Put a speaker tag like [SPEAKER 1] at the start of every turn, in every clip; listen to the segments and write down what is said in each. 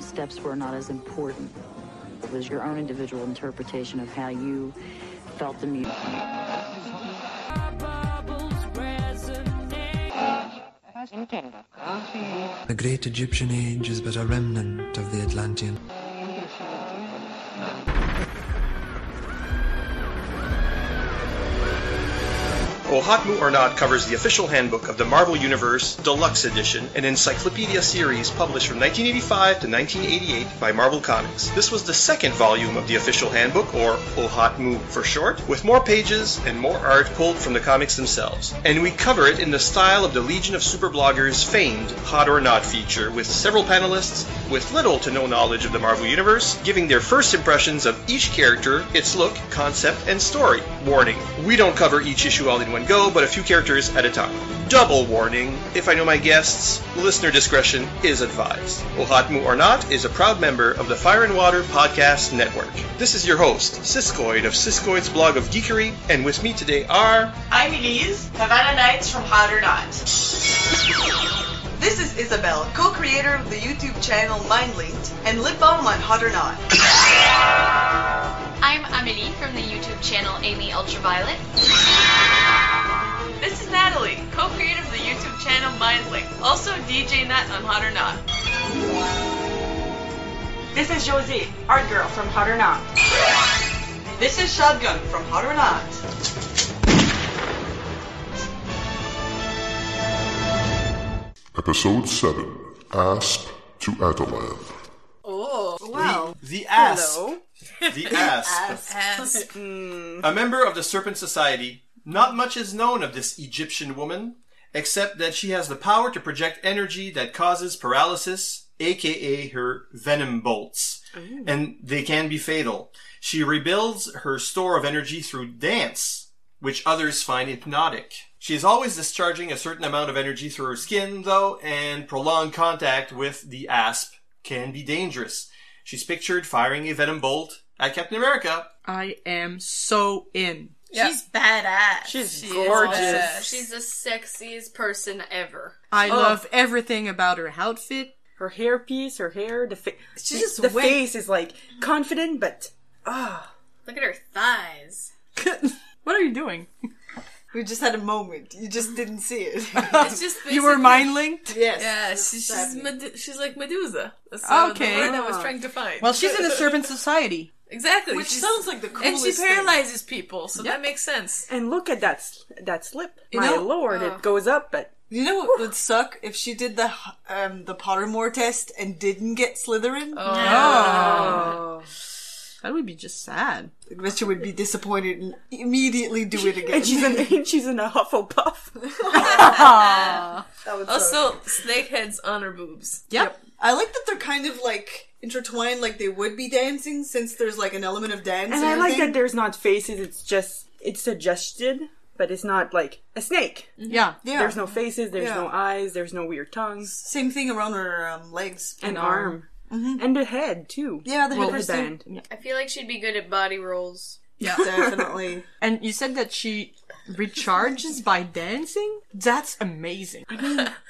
[SPEAKER 1] steps were not as important. It was your own individual interpretation of how you felt the music.
[SPEAKER 2] The great Egyptian age is but a remnant of the Atlantean.
[SPEAKER 3] Ohatmu or Not covers the official handbook of the Marvel Universe Deluxe Edition, an encyclopedia series published from 1985 to 1988 by Marvel Comics. This was the second volume of the official handbook, or Ohatmu for short, with more pages and more art pulled from the comics themselves. And we cover it in the style of the Legion of Super Bloggers' famed Hot or Not feature, with several panelists with little to no knowledge of the Marvel Universe giving their first impressions of each character, its look, concept, and story. Warning we don't cover each issue all in one go, but a few characters at a time. Double warning if I know my guests, listener discretion is advised. Ohatmu or Not is a proud member of the Fire and Water Podcast Network. This is your host, Siskoid of Siskoid's blog of geekery, and with me today are.
[SPEAKER 4] I'm Elise, Havana Nights from Hot or Not. This is Isabel, co-creator of the YouTube channel Mindlinked and lip balm on Hot or Not.
[SPEAKER 5] I'm Amelie from the YouTube channel Amy Ultraviolet.
[SPEAKER 6] This is Natalie, co-creator of the YouTube channel Mindlinked, also DJ Nut on Hot or Not.
[SPEAKER 4] This is Josie, art girl from Hot or Not. This is Shotgun from Hot or Not.
[SPEAKER 7] Episode 7 Asp to Adelan.
[SPEAKER 8] Oh, wow.
[SPEAKER 3] The Asp.
[SPEAKER 8] Hello.
[SPEAKER 3] The Asp. A member of the Serpent Society, not much is known of this Egyptian woman, except that she has the power to project energy that causes paralysis, aka her venom bolts, and they can be fatal. She rebuilds her store of energy through dance, which others find hypnotic. She is always discharging a certain amount of energy through her skin, though, and prolonged contact with the asp can be dangerous. She's pictured firing a venom bolt at Captain America
[SPEAKER 8] I am so in.
[SPEAKER 9] She's badass.
[SPEAKER 8] She's
[SPEAKER 9] badass.
[SPEAKER 5] She's the sexiest person ever.
[SPEAKER 8] I
[SPEAKER 9] Oh.
[SPEAKER 8] love everything about her outfit.
[SPEAKER 10] her hair piece, her hair, the face.
[SPEAKER 9] She's just
[SPEAKER 10] the
[SPEAKER 9] wet.
[SPEAKER 10] face is like confident, but
[SPEAKER 5] Look at her thighs.
[SPEAKER 8] what are you doing?
[SPEAKER 10] we just had a moment. You just didn't see it.
[SPEAKER 6] It's just
[SPEAKER 8] You were
[SPEAKER 6] basically-
[SPEAKER 8] mind linked?
[SPEAKER 10] yes.
[SPEAKER 6] Yeah, she, she's Medu- she's like Medusa. That's uh,
[SPEAKER 8] Okay.
[SPEAKER 6] the word I was trying to find.
[SPEAKER 8] Well, she's in the Serpent Society.
[SPEAKER 6] exactly,
[SPEAKER 10] Which
[SPEAKER 6] she's-
[SPEAKER 10] sounds like the
[SPEAKER 6] And
[SPEAKER 10] coolest
[SPEAKER 6] she
[SPEAKER 10] thing.
[SPEAKER 6] paralyzes people, so that makes sense.
[SPEAKER 10] And look at that s- that slip.
[SPEAKER 9] You
[SPEAKER 10] My
[SPEAKER 9] know-
[SPEAKER 10] lord,
[SPEAKER 8] Oh.
[SPEAKER 10] it goes up, but
[SPEAKER 9] You know what would suck if she did the um, the Pottermore test and didn't get Slytherin?
[SPEAKER 8] Oh. That would be just sad.
[SPEAKER 9] But she would be disappointed and immediately do it again.
[SPEAKER 10] and she's in and she's in a Hufflepuff.
[SPEAKER 6] Also, snakeheads on her boobs.
[SPEAKER 8] Yep.
[SPEAKER 9] I like that they're kind of like intertwined, like they would be dancing, since there's like an element of dance.
[SPEAKER 10] And I like
[SPEAKER 9] everything.
[SPEAKER 10] that there's not faces. It's just it's suggested, but it's not like a snake.
[SPEAKER 8] Yeah.
[SPEAKER 9] Yeah.
[SPEAKER 10] There's no faces. There's
[SPEAKER 9] Yeah.
[SPEAKER 10] no eyes. There's no weird tongues.
[SPEAKER 9] same thing around her um, legs.
[SPEAKER 10] An arm. And the head too.
[SPEAKER 9] Mm-hmm. Yeah, the
[SPEAKER 10] With
[SPEAKER 9] head
[SPEAKER 10] the
[SPEAKER 9] too.
[SPEAKER 10] band.
[SPEAKER 5] I feel like she'd be good at body rolls.
[SPEAKER 9] Yeah, definitely.
[SPEAKER 8] And you said that she recharges by dancing? That's amazing.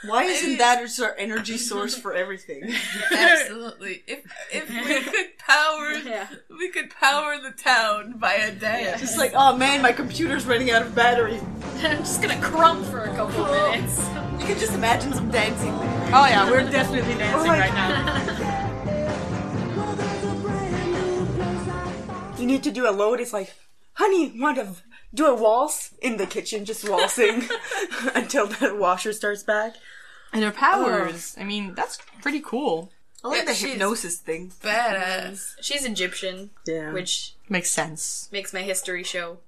[SPEAKER 9] Why isn't that just our energy source for everything?
[SPEAKER 6] Absolutely. If if we could power we could power the town by a dance.
[SPEAKER 9] It's like, oh man, my computer's running out of battery.
[SPEAKER 5] I'm just gonna crump for a couple minutes.
[SPEAKER 9] You can just imagine some dancing there.
[SPEAKER 8] Oh, yeah, we're definitely dancing
[SPEAKER 10] Oh my
[SPEAKER 8] right now.
[SPEAKER 10] You need to do a load. It's like, honey, want to do a waltz in the kitchen, just waltzing until that washer starts back.
[SPEAKER 8] And her powers. I mean, that's pretty cool.
[SPEAKER 9] I like
[SPEAKER 6] Yeah,
[SPEAKER 9] the
[SPEAKER 6] she's-
[SPEAKER 9] hypnosis thing.
[SPEAKER 6] Badass.
[SPEAKER 5] She's Egyptian,
[SPEAKER 10] Yeah.
[SPEAKER 5] which
[SPEAKER 8] Makes sense.
[SPEAKER 5] makes my history show.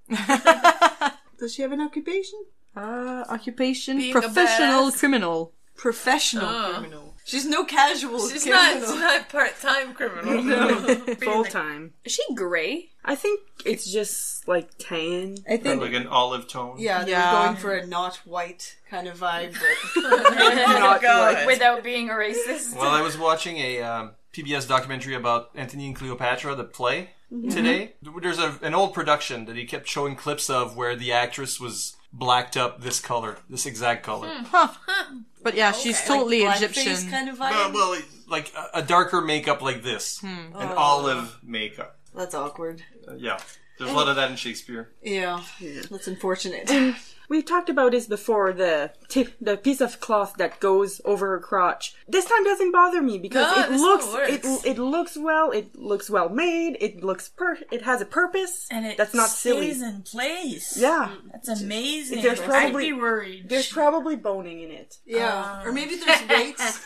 [SPEAKER 9] Does she have an occupation?
[SPEAKER 8] Uh, occupation
[SPEAKER 6] Being a
[SPEAKER 8] professional
[SPEAKER 6] badass.
[SPEAKER 8] criminal. Oh.
[SPEAKER 9] Professional criminal. She's no casual
[SPEAKER 6] She's not
[SPEAKER 9] criminal.
[SPEAKER 6] she's not part time criminal.
[SPEAKER 10] full time.
[SPEAKER 5] Is she gray?
[SPEAKER 10] I think it's just like tan.
[SPEAKER 9] I think.
[SPEAKER 3] like an olive tone.
[SPEAKER 9] yeah, they
[SPEAKER 8] Yeah.
[SPEAKER 9] were going for a not white kind of vibe, but
[SPEAKER 5] Oh
[SPEAKER 10] Not like-
[SPEAKER 5] Without being a racist.
[SPEAKER 3] Well, I was watching a um, PBS documentary about Antony and Cleopatra, the play, today. There's a, an old production that he kept showing clips of where the actress was blacked up this color, this exact color.
[SPEAKER 8] But yeah, she's totally Egyptian.
[SPEAKER 3] Uh, well, like a, a darker makeup like this,
[SPEAKER 8] Hmm.
[SPEAKER 3] an
[SPEAKER 4] Oh.
[SPEAKER 3] olive makeup.
[SPEAKER 4] That's awkward.
[SPEAKER 3] Uh, yeah, there's a lot of that in Shakespeare.
[SPEAKER 4] Yeah, that's unfortunate.
[SPEAKER 10] We talked about this before the tip, the piece of cloth that goes over her crotch. This time doesn't bother me because
[SPEAKER 6] No,
[SPEAKER 10] it
[SPEAKER 6] this
[SPEAKER 10] looks
[SPEAKER 6] one
[SPEAKER 10] it
[SPEAKER 6] works.
[SPEAKER 10] it looks well, it looks well made, it looks per it has a purpose
[SPEAKER 11] and it
[SPEAKER 10] that's not silly.
[SPEAKER 11] stays in place.
[SPEAKER 10] Yeah.
[SPEAKER 11] that's amazing.
[SPEAKER 10] There's
[SPEAKER 11] I'd be
[SPEAKER 10] probably
[SPEAKER 11] worried.
[SPEAKER 10] There's probably boning in it.
[SPEAKER 8] Uh.
[SPEAKER 11] Yeah.
[SPEAKER 4] or maybe there's weights.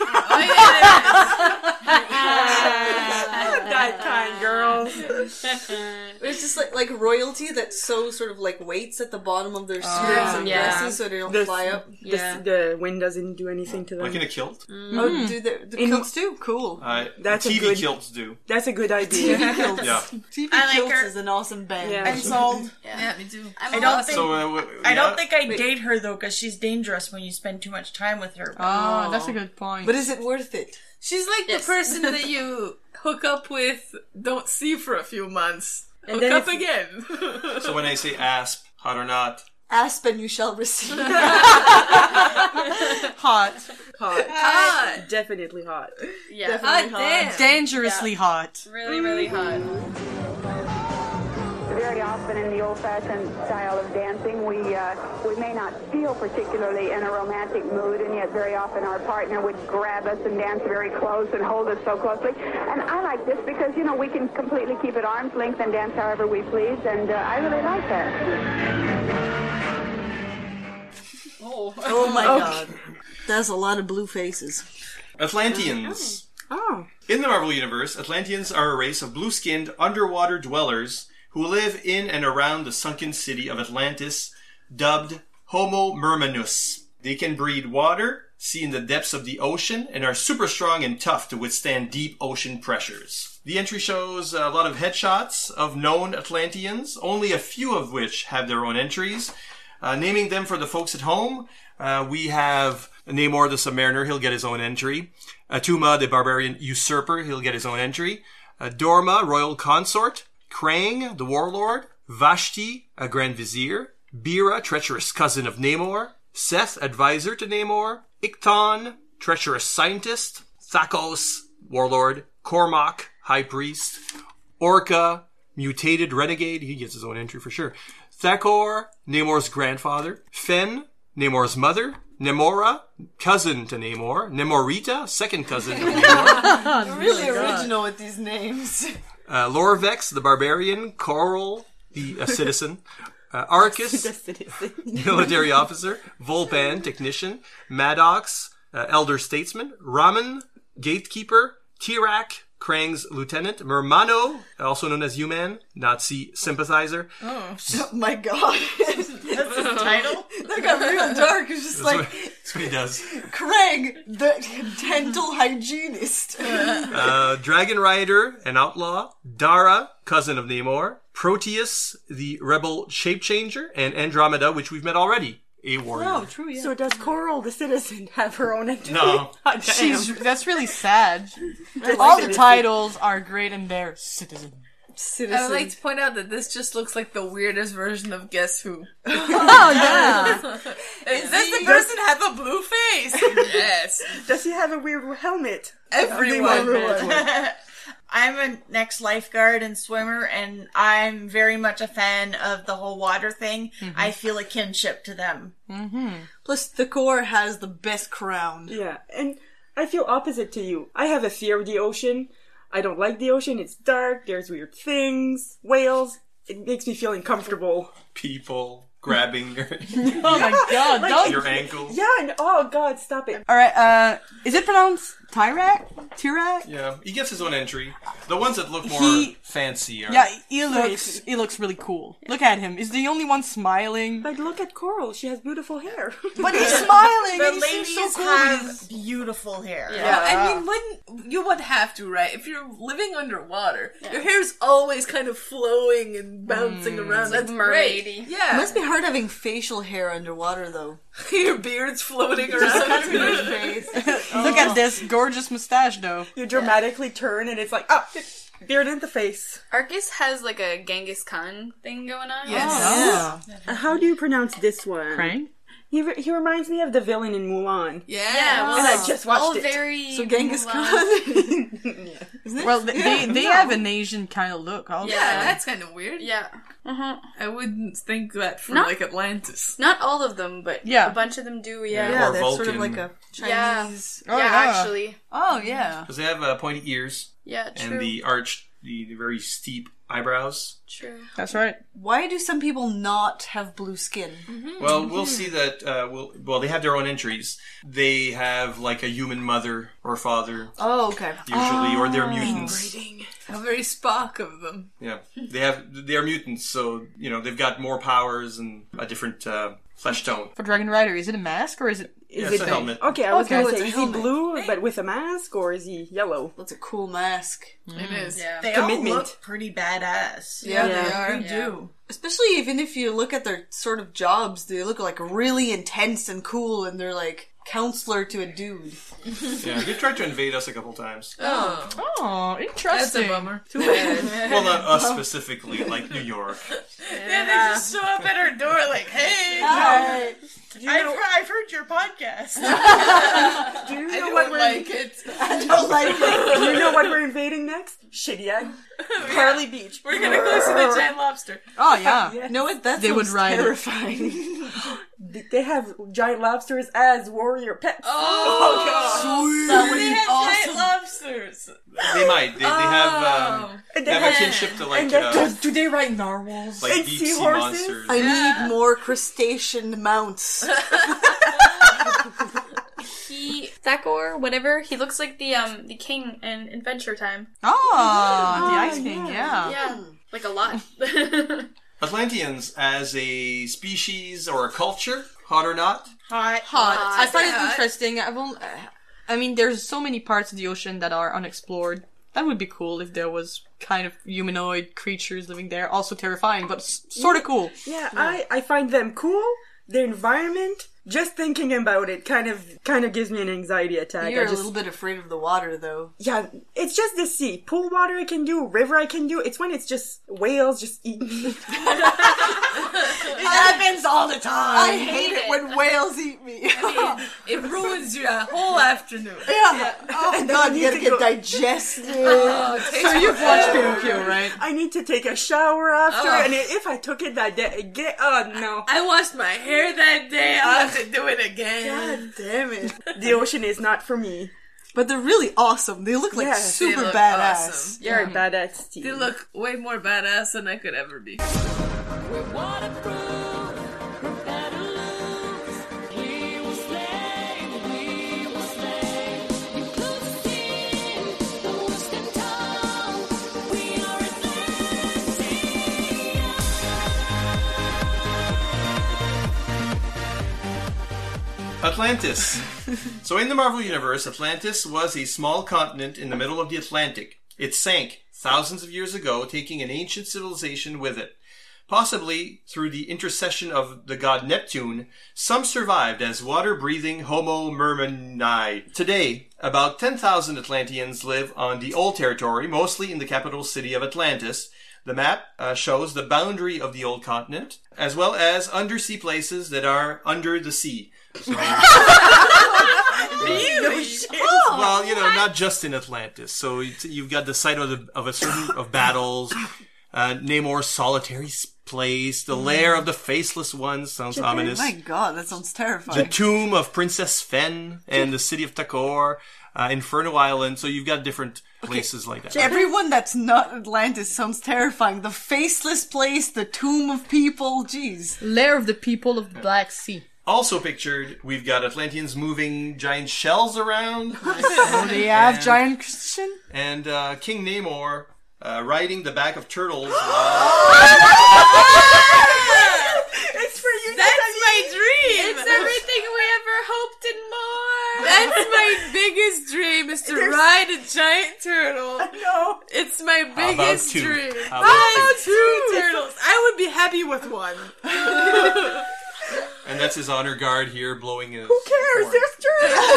[SPEAKER 10] that kind, girls.
[SPEAKER 4] It's just like like royalty that sews sort of like weights at the bottom of
[SPEAKER 8] Uh.
[SPEAKER 4] their skirts
[SPEAKER 5] Um,
[SPEAKER 4] and dresses so they don't
[SPEAKER 10] The-
[SPEAKER 4] fly up.
[SPEAKER 10] the- The wind doesn't do anything to them.
[SPEAKER 3] Like in a kilt.
[SPEAKER 8] Mm-hmm.
[SPEAKER 4] Oh, do the, the
[SPEAKER 10] In-
[SPEAKER 4] kilts too? Cool.
[SPEAKER 3] Uh,
[SPEAKER 10] That's a
[SPEAKER 3] TV
[SPEAKER 10] good-
[SPEAKER 3] kilts do.
[SPEAKER 10] That's a good idea.
[SPEAKER 3] Yeah.
[SPEAKER 4] TV
[SPEAKER 11] I like
[SPEAKER 4] kilts
[SPEAKER 11] her.
[SPEAKER 4] is an awesome band.
[SPEAKER 10] Yeah.
[SPEAKER 11] I'm sold.
[SPEAKER 6] Yeah, me too.
[SPEAKER 11] I don't think.
[SPEAKER 3] So, uh, w-
[SPEAKER 11] I
[SPEAKER 3] yeah.
[SPEAKER 11] don't think I'd date her though, because she's dangerous when you spend too much time with her.
[SPEAKER 8] Oh, that's a good point.
[SPEAKER 4] But is it worth it?
[SPEAKER 6] She's like
[SPEAKER 11] Yes.
[SPEAKER 6] the person that you hook up with, don't see for a few months,
[SPEAKER 4] And
[SPEAKER 6] hook
[SPEAKER 4] then
[SPEAKER 6] up
[SPEAKER 4] if-
[SPEAKER 6] again.
[SPEAKER 3] So when I say asp, hot or not,
[SPEAKER 4] Aspen, you shall receive.
[SPEAKER 8] hot.
[SPEAKER 10] Hot.
[SPEAKER 6] Hot.
[SPEAKER 10] Definitely hot.
[SPEAKER 5] Yeah.
[SPEAKER 8] Definitely hot. Dangerously hot.
[SPEAKER 5] Really, really hot.
[SPEAKER 12] Very often in the old-fashioned style of dancing, we uh, we may not feel particularly in a romantic mood, and yet very often our partner would grab us and dance very close and hold us so closely. And I like this because you know we can completely keep at arm's length and dance however we please, and uh, I really like that.
[SPEAKER 5] Oh.
[SPEAKER 4] oh my
[SPEAKER 3] Okay.
[SPEAKER 4] god. That's a lot of blue faces.
[SPEAKER 3] Atlanteans.
[SPEAKER 10] Oh.
[SPEAKER 3] In the Marvel Universe, Atlanteans are a race of blue skinned underwater dwellers who live in and around the sunken city of Atlantis, dubbed Homo Myrminus. They can breathe water, see in the depths of the ocean, and are super strong and tough to withstand deep ocean pressures. The entry shows a lot of headshots of known Atlanteans, only a few of which have their own entries. Uh, naming them for the folks at home, uh, we have Namor the Submariner, he'll get his own entry. Atuma the Barbarian Usurper, he'll get his own entry. Uh, Dorma, Royal Consort. Krang, the Warlord. Vashti, a Grand Vizier. Bira, treacherous cousin of Namor. Seth, advisor to Namor. Ikton, treacherous scientist. Thakos, Warlord. Cormac, High Priest. Orca, mutated renegade. He gets his own entry for sure. Thakor, Namor's grandfather. Fen, Namor's mother. Nemora, cousin to Namor. Nemorita, second cousin to Namor.
[SPEAKER 4] You're really
[SPEAKER 3] Oh my God.
[SPEAKER 4] original with these names.
[SPEAKER 3] Uh, Lorvex, the barbarian. Coral, the uh, citizen. Uh, Arcus, military officer, Volpan, technician, Maddox, uh, elder statesman, Raman, gatekeeper, Tirak, Krang's lieutenant, Mermano, also known as U-Man, Nazi sympathizer.
[SPEAKER 4] Oh, my god. That's
[SPEAKER 11] his title?
[SPEAKER 4] That got real dark. It's just
[SPEAKER 3] That's
[SPEAKER 4] like,
[SPEAKER 3] what, that's what he does.
[SPEAKER 4] Craig, the dental hygienist.
[SPEAKER 3] Uh, Dragon Rider, an outlaw, Dara, cousin of Namor, Proteus, the rebel shapechanger, and Andromeda, which we've met already, a warrior.
[SPEAKER 8] Oh.
[SPEAKER 10] true, yeah. So does Coral the citizen have her own entry?
[SPEAKER 3] No.
[SPEAKER 10] Hot damn.
[SPEAKER 8] She's that's really sad.
[SPEAKER 10] That's
[SPEAKER 8] All
[SPEAKER 10] like
[SPEAKER 8] the
[SPEAKER 10] it.
[SPEAKER 8] titles are great and they're citizen.
[SPEAKER 6] I would like to point out that this just looks like the weirdest version of Guess Who.
[SPEAKER 8] Oh, yeah.
[SPEAKER 6] Is this the person have a blue face? yes.
[SPEAKER 10] Does he have a weird helmet?
[SPEAKER 11] Everyone.
[SPEAKER 10] Everyone.
[SPEAKER 11] I'm a next lifeguard and swimmer, and I'm very much a fan of the whole water thing.
[SPEAKER 4] Mhm.
[SPEAKER 9] Mm-hmm.
[SPEAKER 11] I feel a kinship to them.
[SPEAKER 4] Mm-hmm. Plus, the core has the best crown.
[SPEAKER 10] Yeah, and I feel opposite to you. I have a fear of the ocean. I don't like the ocean. It's dark. There's weird things, whales. It makes me feel uncomfortable.
[SPEAKER 3] People grabbing your,
[SPEAKER 8] Oh my god, don't-
[SPEAKER 3] your ankles.
[SPEAKER 10] Yeah, and oh god, stop it.
[SPEAKER 8] All right, uh is it pronounced Tyrak? Tyrak?
[SPEAKER 3] Yeah, he gets his own entry. The ones that look more
[SPEAKER 8] He-
[SPEAKER 3] fancy are
[SPEAKER 8] Yeah, he looks he looks really cool. Look at him. He's the only one smiling.
[SPEAKER 10] But look at Coral. She has beautiful hair.
[SPEAKER 8] But he's smiling.
[SPEAKER 11] The
[SPEAKER 8] and he's
[SPEAKER 11] ladies
[SPEAKER 8] so cool.
[SPEAKER 11] have
[SPEAKER 8] with his-
[SPEAKER 11] beautiful hair.
[SPEAKER 6] Yeah. I mean, wouldn't you would have to, right? If you're living underwater, your hair's always kind of flowing and bouncing
[SPEAKER 4] Mm.
[SPEAKER 6] around. That's great. Yeah,
[SPEAKER 4] Must be hard having facial hair underwater, though.
[SPEAKER 6] your beard's floating
[SPEAKER 4] Just
[SPEAKER 6] around.
[SPEAKER 4] cutting your face.
[SPEAKER 8] Look at this gorgeous mustache, though.
[SPEAKER 10] You dramatically turn and it's like, ah, Beard in the face.
[SPEAKER 5] Arcus has like a Genghis Khan thing going on.
[SPEAKER 10] Oh. Uh, How do you pronounce this one? Krang? He, re- he reminds me of the villain in Mulan.
[SPEAKER 5] Yeah, well,
[SPEAKER 10] and I just watched
[SPEAKER 5] all
[SPEAKER 10] it.
[SPEAKER 5] Oh, very uh,
[SPEAKER 10] so Genghis
[SPEAKER 5] Mulan.
[SPEAKER 10] Khan.
[SPEAKER 8] Well, they they, they
[SPEAKER 10] No.
[SPEAKER 8] have an Asian kind of look. Also.
[SPEAKER 5] Yeah, that's
[SPEAKER 13] kind of weird.
[SPEAKER 5] Yeah. Uh-huh.
[SPEAKER 13] I wouldn't think that for
[SPEAKER 5] Not-
[SPEAKER 13] like Atlantis.
[SPEAKER 5] Not all of them, but
[SPEAKER 13] Yeah.
[SPEAKER 5] a bunch of them do, yeah.
[SPEAKER 13] Yeah, Or that's sort of Vulcan. like
[SPEAKER 4] a
[SPEAKER 5] Chinese. Yeah,
[SPEAKER 13] Oh,
[SPEAKER 5] yeah,
[SPEAKER 13] yeah.
[SPEAKER 5] actually.
[SPEAKER 8] Oh, yeah.
[SPEAKER 3] Because they have uh, pointy ears.
[SPEAKER 5] Yeah,
[SPEAKER 3] And
[SPEAKER 5] true.
[SPEAKER 3] the arched, the, the very steep eyebrows.
[SPEAKER 5] True.
[SPEAKER 3] That's right.
[SPEAKER 4] Why do some people not have blue skin?
[SPEAKER 3] Well, we'll see that. Uh, we'll, well, they have their own entries. They have like a human mother or father,
[SPEAKER 13] Oh, okay.
[SPEAKER 3] usually, or they're mutants.
[SPEAKER 13] A very spark of them.
[SPEAKER 3] Yeah, they have they're mutants, so you know they've got more powers and a different uh, flesh tone.
[SPEAKER 8] For Dragon Rider, is it a mask or is it?
[SPEAKER 3] Yeah, it's a helmet.
[SPEAKER 10] Okay, I was
[SPEAKER 8] Okay.
[SPEAKER 10] gonna
[SPEAKER 8] Oh,
[SPEAKER 10] say,
[SPEAKER 8] it's
[SPEAKER 10] is
[SPEAKER 8] a
[SPEAKER 10] he blue but with a mask, or is he yellow?
[SPEAKER 4] That's a cool mask.
[SPEAKER 11] It is.
[SPEAKER 10] Yeah.
[SPEAKER 11] They
[SPEAKER 10] Commitment.
[SPEAKER 11] all look pretty badass.
[SPEAKER 4] Yeah,
[SPEAKER 11] they are.
[SPEAKER 4] they do. Especially even if you look at their sort of jobs, they look like really intense and cool, and they're like counselor to a dude.
[SPEAKER 3] yeah, they tried to invade us a couple times.
[SPEAKER 4] Oh.
[SPEAKER 8] Oh, interesting.
[SPEAKER 13] bummer.
[SPEAKER 8] Too
[SPEAKER 13] bad.
[SPEAKER 3] Well, not us specifically, like New York.
[SPEAKER 11] Yeah. they just show up at her door like, hey,
[SPEAKER 13] Hi.
[SPEAKER 11] I've, I've heard your podcast.
[SPEAKER 10] Do you know
[SPEAKER 11] I don't
[SPEAKER 10] what we're-
[SPEAKER 11] like it.
[SPEAKER 10] I don't like it. Do you know what we're invading next? Shitty egg. Carly Beach.
[SPEAKER 13] We're gonna go see the giant lobster.
[SPEAKER 8] Oh yeah.
[SPEAKER 10] Yes.
[SPEAKER 8] No, it- that They would sounds ride it.
[SPEAKER 10] terrifying. they have giant lobsters as warrior pets.
[SPEAKER 13] Oh,
[SPEAKER 10] God.
[SPEAKER 13] That would be awesome. lobsters.
[SPEAKER 3] They might. They, they have um,
[SPEAKER 10] And they
[SPEAKER 3] they have a
[SPEAKER 10] have-
[SPEAKER 3] kinship to like
[SPEAKER 4] and they-
[SPEAKER 3] uh,
[SPEAKER 8] Do they write narwhals?
[SPEAKER 3] like deep sea monsters.
[SPEAKER 4] I need more crustacean mounts.
[SPEAKER 5] He Thakor, whatever, he looks like the um the king in Adventure Time.
[SPEAKER 8] Ah, the Ice King, yeah.
[SPEAKER 5] Yeah. Like a lot.
[SPEAKER 3] Atlanteans as a species or a culture, hot or not.
[SPEAKER 8] Hot,
[SPEAKER 11] hot,
[SPEAKER 8] I find it
[SPEAKER 11] hot.
[SPEAKER 8] interesting. I've only, I mean, there's so many parts of the ocean that are unexplored. That would be cool if there was kind of humanoid creatures living there. Also terrifying, but s- sort of cool.
[SPEAKER 10] Yeah, I, I find them cool. The environment, just thinking about it, kind of kind of gives me an anxiety attack.
[SPEAKER 4] You're
[SPEAKER 10] I just,
[SPEAKER 4] a little bit afraid of the water, though.
[SPEAKER 10] yeah, it's just the sea. Pool water I can do, river I can do. It's when it's just whales just eating me.
[SPEAKER 4] It happens all the time. I hate
[SPEAKER 13] hate
[SPEAKER 4] it
[SPEAKER 13] it.
[SPEAKER 4] when whales eat me.
[SPEAKER 13] It ruins your whole afternoon.
[SPEAKER 4] Yeah. Oh
[SPEAKER 10] And then
[SPEAKER 4] god,
[SPEAKER 10] I
[SPEAKER 4] you
[SPEAKER 10] need
[SPEAKER 4] gotta
[SPEAKER 10] to
[SPEAKER 4] get
[SPEAKER 10] go-
[SPEAKER 4] digested.
[SPEAKER 10] Oh, it takes
[SPEAKER 4] so you've watched
[SPEAKER 10] forever.
[SPEAKER 4] Pinocchio,
[SPEAKER 8] right?
[SPEAKER 10] I need to take a shower after,
[SPEAKER 13] Oh.
[SPEAKER 10] and if I took it that day, get oh no.
[SPEAKER 13] I washed my hair that day. I'll have to do it again.
[SPEAKER 4] God damn it.
[SPEAKER 10] The ocean is not for me.
[SPEAKER 4] But they're really awesome. They look like
[SPEAKER 13] They
[SPEAKER 4] super
[SPEAKER 13] look
[SPEAKER 4] badass.
[SPEAKER 13] awesome.
[SPEAKER 10] You're a badass team.
[SPEAKER 13] They look way more badass than I could ever be.
[SPEAKER 3] Atlantis. so, in the Marvel Universe, Atlantis was a small continent in the middle of the Atlantic. It sank thousands of years ago, taking an ancient civilization with it. Possibly through the intercession of the god Neptune, some survived as water breathing Homo myrmidoni. Today, about 10,000 Atlanteans live on the Old Territory, mostly in the capital city of Atlantis. The map uh, shows the boundary of the Old Continent, as well as undersea places that are under the sea.
[SPEAKER 4] Oh,
[SPEAKER 3] Well, you know, not just in Atlantis. So it's- you've got the site of, the, of a certain of battles, uh, Namor's solitary s- place, the lair of the faceless ones sounds ominous.
[SPEAKER 4] Mm. My god, that sounds
[SPEAKER 3] The
[SPEAKER 4] terrifying.
[SPEAKER 3] tomb of Princess Fen and the city of Takor, uh, Inferno Island. So you've got different places like that.
[SPEAKER 4] Everyone that's not Atlantis sounds terrifying. The faceless place, the tomb of people, jeez.
[SPEAKER 8] Lair of the people of the Black Sea.
[SPEAKER 3] Also pictured, we've got Atlanteans moving giant shells around.
[SPEAKER 4] Oh, they have
[SPEAKER 3] And-
[SPEAKER 4] giant Christian?
[SPEAKER 3] and uh, King Namor uh, riding the back of turtles.
[SPEAKER 10] it's for you.
[SPEAKER 13] That's my dream.
[SPEAKER 5] it's everything we ever hoped and more.
[SPEAKER 13] That's my biggest dream is to ride a giant turtle.
[SPEAKER 10] No.
[SPEAKER 13] It's my
[SPEAKER 3] How about
[SPEAKER 13] biggest
[SPEAKER 3] two?
[SPEAKER 13] dream.
[SPEAKER 3] How
[SPEAKER 13] How
[SPEAKER 3] about
[SPEAKER 13] about
[SPEAKER 3] two?
[SPEAKER 13] two turtles? I would be happy with one.
[SPEAKER 3] and that's his honor guard here blowing his.
[SPEAKER 10] cares? There's turtles.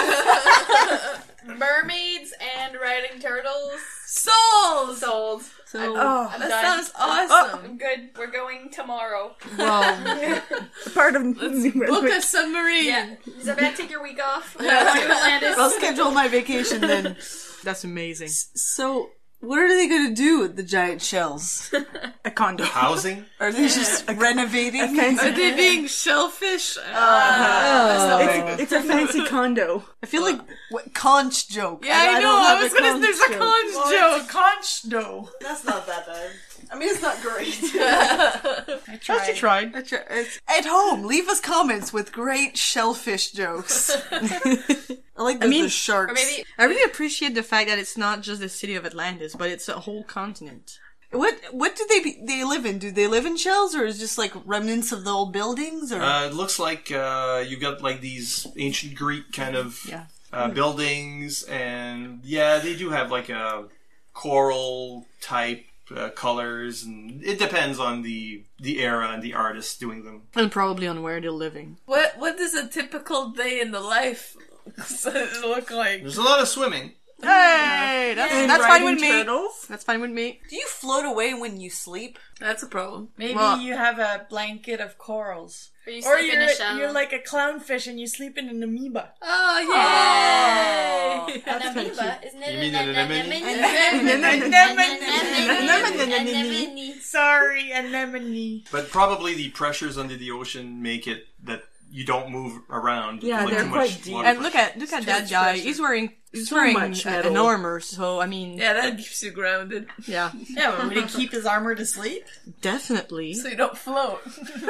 [SPEAKER 5] Mermaids and riding turtles. Sold! Sold.
[SPEAKER 6] Sold. Oh,
[SPEAKER 5] I'm
[SPEAKER 6] that
[SPEAKER 5] done.
[SPEAKER 6] sounds
[SPEAKER 5] I'm-
[SPEAKER 8] Oh,
[SPEAKER 6] awesome.
[SPEAKER 5] I'm good. We're going tomorrow.
[SPEAKER 6] Wow.
[SPEAKER 10] Part of
[SPEAKER 6] book a submarine.
[SPEAKER 5] Yeah. Zabette, take your week off.
[SPEAKER 4] I'll schedule my vacation then.
[SPEAKER 8] That's amazing.
[SPEAKER 4] So, what are they going to do with the giant shells?
[SPEAKER 10] A condo.
[SPEAKER 3] Housing?
[SPEAKER 4] Are they just renovating?
[SPEAKER 6] Are they being shellfish?
[SPEAKER 4] Oh.
[SPEAKER 10] It's, it's a fancy condo.
[SPEAKER 4] I feel like what, conch joke.
[SPEAKER 6] Yeah, I
[SPEAKER 4] don't
[SPEAKER 6] know, I
[SPEAKER 4] have
[SPEAKER 6] was
[SPEAKER 4] a
[SPEAKER 6] gonna- there's a conch Well, it's a
[SPEAKER 4] conch no. That's not that bad. I mean, it's not great. I
[SPEAKER 8] tried. you tried.
[SPEAKER 4] At home, leave us comments with great shellfish jokes. I like the, the sharks.
[SPEAKER 8] I really appreciate the fact that it's not just the city of Atlantis, but it's a whole continent.
[SPEAKER 4] What what do they be, they live in? Do they live in shells, or is just like remnants of the old buildings? Or
[SPEAKER 3] Uh, it looks like uh, you've got like these ancient Greek kind of
[SPEAKER 4] Yeah.
[SPEAKER 3] uh,
[SPEAKER 8] Hmm.
[SPEAKER 3] buildings, and yeah, they do have like a coral type uh, colors, and it depends on the the era and the artist doing them.
[SPEAKER 8] And probably on where they're living.
[SPEAKER 6] What What does a typical day in the life look like?
[SPEAKER 3] There's a lot of swimming.
[SPEAKER 8] Hey, that's,
[SPEAKER 6] And
[SPEAKER 8] that's fine with
[SPEAKER 6] riding
[SPEAKER 8] me.
[SPEAKER 6] turtles?
[SPEAKER 8] That's fine with me.
[SPEAKER 4] do you float away when you sleep?
[SPEAKER 6] That's a problem.
[SPEAKER 11] Maybe
[SPEAKER 8] Well-
[SPEAKER 11] you have a blanket of corals.
[SPEAKER 5] Or you
[SPEAKER 11] or
[SPEAKER 5] sleep in
[SPEAKER 11] you're,
[SPEAKER 5] a shallow.
[SPEAKER 11] you're like a clownfish and you sleep in an amoeba.
[SPEAKER 5] Oh,
[SPEAKER 11] yeah.
[SPEAKER 5] yay! An amoeba, isn't it?
[SPEAKER 11] You mean
[SPEAKER 5] an
[SPEAKER 11] an anemone?
[SPEAKER 5] anemone?
[SPEAKER 11] Sorry, anemone.
[SPEAKER 3] But probably the pressures under the ocean make it that you don't move around.
[SPEAKER 8] Yeah,
[SPEAKER 3] like
[SPEAKER 8] they're
[SPEAKER 3] too
[SPEAKER 8] quite
[SPEAKER 3] much
[SPEAKER 8] deep.
[SPEAKER 3] water
[SPEAKER 8] And look at look at that guy. He's wearing he's
[SPEAKER 6] So
[SPEAKER 8] wearing
[SPEAKER 6] much
[SPEAKER 8] a- an
[SPEAKER 6] metal.
[SPEAKER 8] armor. So I mean,
[SPEAKER 6] Yeah, that keeps you grounded.
[SPEAKER 8] yeah,
[SPEAKER 11] Yeah, but would he keep his armor to sleep?
[SPEAKER 8] definitely.
[SPEAKER 11] So you don't float.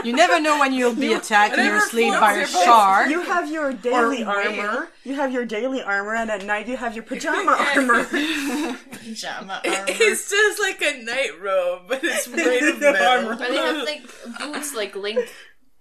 [SPEAKER 8] You never know when you'll be attacked in your
[SPEAKER 10] Whatever
[SPEAKER 8] sleep
[SPEAKER 10] floats
[SPEAKER 8] by a
[SPEAKER 10] your boat.
[SPEAKER 8] shark.
[SPEAKER 10] You have your daily armor. You have your daily armor, and at night you have your pajama armor.
[SPEAKER 11] pajama
[SPEAKER 6] It's just like a night robe, but it's made of
[SPEAKER 10] No
[SPEAKER 6] metal.
[SPEAKER 10] armor.
[SPEAKER 5] But they have like boots like Link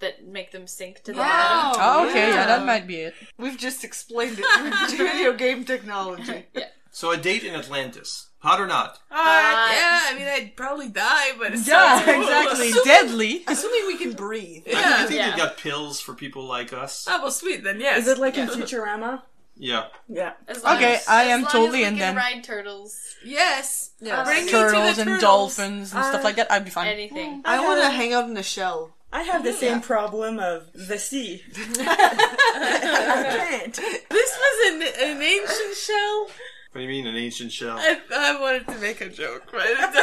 [SPEAKER 5] that make them sink to the
[SPEAKER 4] Wow.
[SPEAKER 5] bottom.
[SPEAKER 8] Oh, okay,
[SPEAKER 4] Yeah.
[SPEAKER 8] yeah, that might be it.
[SPEAKER 4] We've just explained it through video game technology.
[SPEAKER 3] So a date in Atlantis, hot or not?
[SPEAKER 11] Oh,
[SPEAKER 8] Oh,
[SPEAKER 6] Uh, yeah, I mean, I'd probably die, but it's
[SPEAKER 8] Yeah,
[SPEAKER 6] so cool.
[SPEAKER 8] exactly. Deadly.
[SPEAKER 4] Assuming we can breathe.
[SPEAKER 3] I think- I think
[SPEAKER 6] Yeah.
[SPEAKER 3] they've got pills for people like us.
[SPEAKER 6] Oh well, sweet then. Yes.
[SPEAKER 10] Is it like in Futurama?
[SPEAKER 3] Yeah.
[SPEAKER 10] Yeah.
[SPEAKER 5] As long
[SPEAKER 8] Okay,
[SPEAKER 5] as-
[SPEAKER 8] I
[SPEAKER 5] as
[SPEAKER 8] am
[SPEAKER 5] long
[SPEAKER 8] totally
[SPEAKER 5] as we can
[SPEAKER 8] in then.
[SPEAKER 5] ride turtles.
[SPEAKER 6] Yes.
[SPEAKER 5] Yes.
[SPEAKER 6] Bring me to the
[SPEAKER 8] turtles and
[SPEAKER 6] turtles.
[SPEAKER 8] dolphins and
[SPEAKER 10] Uh,
[SPEAKER 8] stuff like that. I'd be fine.
[SPEAKER 5] Anything.
[SPEAKER 4] I want to hang out in a shell.
[SPEAKER 10] I have the same problem of the sea. I can't.
[SPEAKER 6] This was an, an ancient shell.
[SPEAKER 3] What do you mean, an ancient shell?
[SPEAKER 6] I, I wanted to make a joke, but it doesn't work.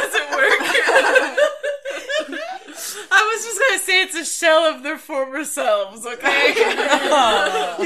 [SPEAKER 6] I was just gonna say it's a shell of their former selves. Okay.
[SPEAKER 10] you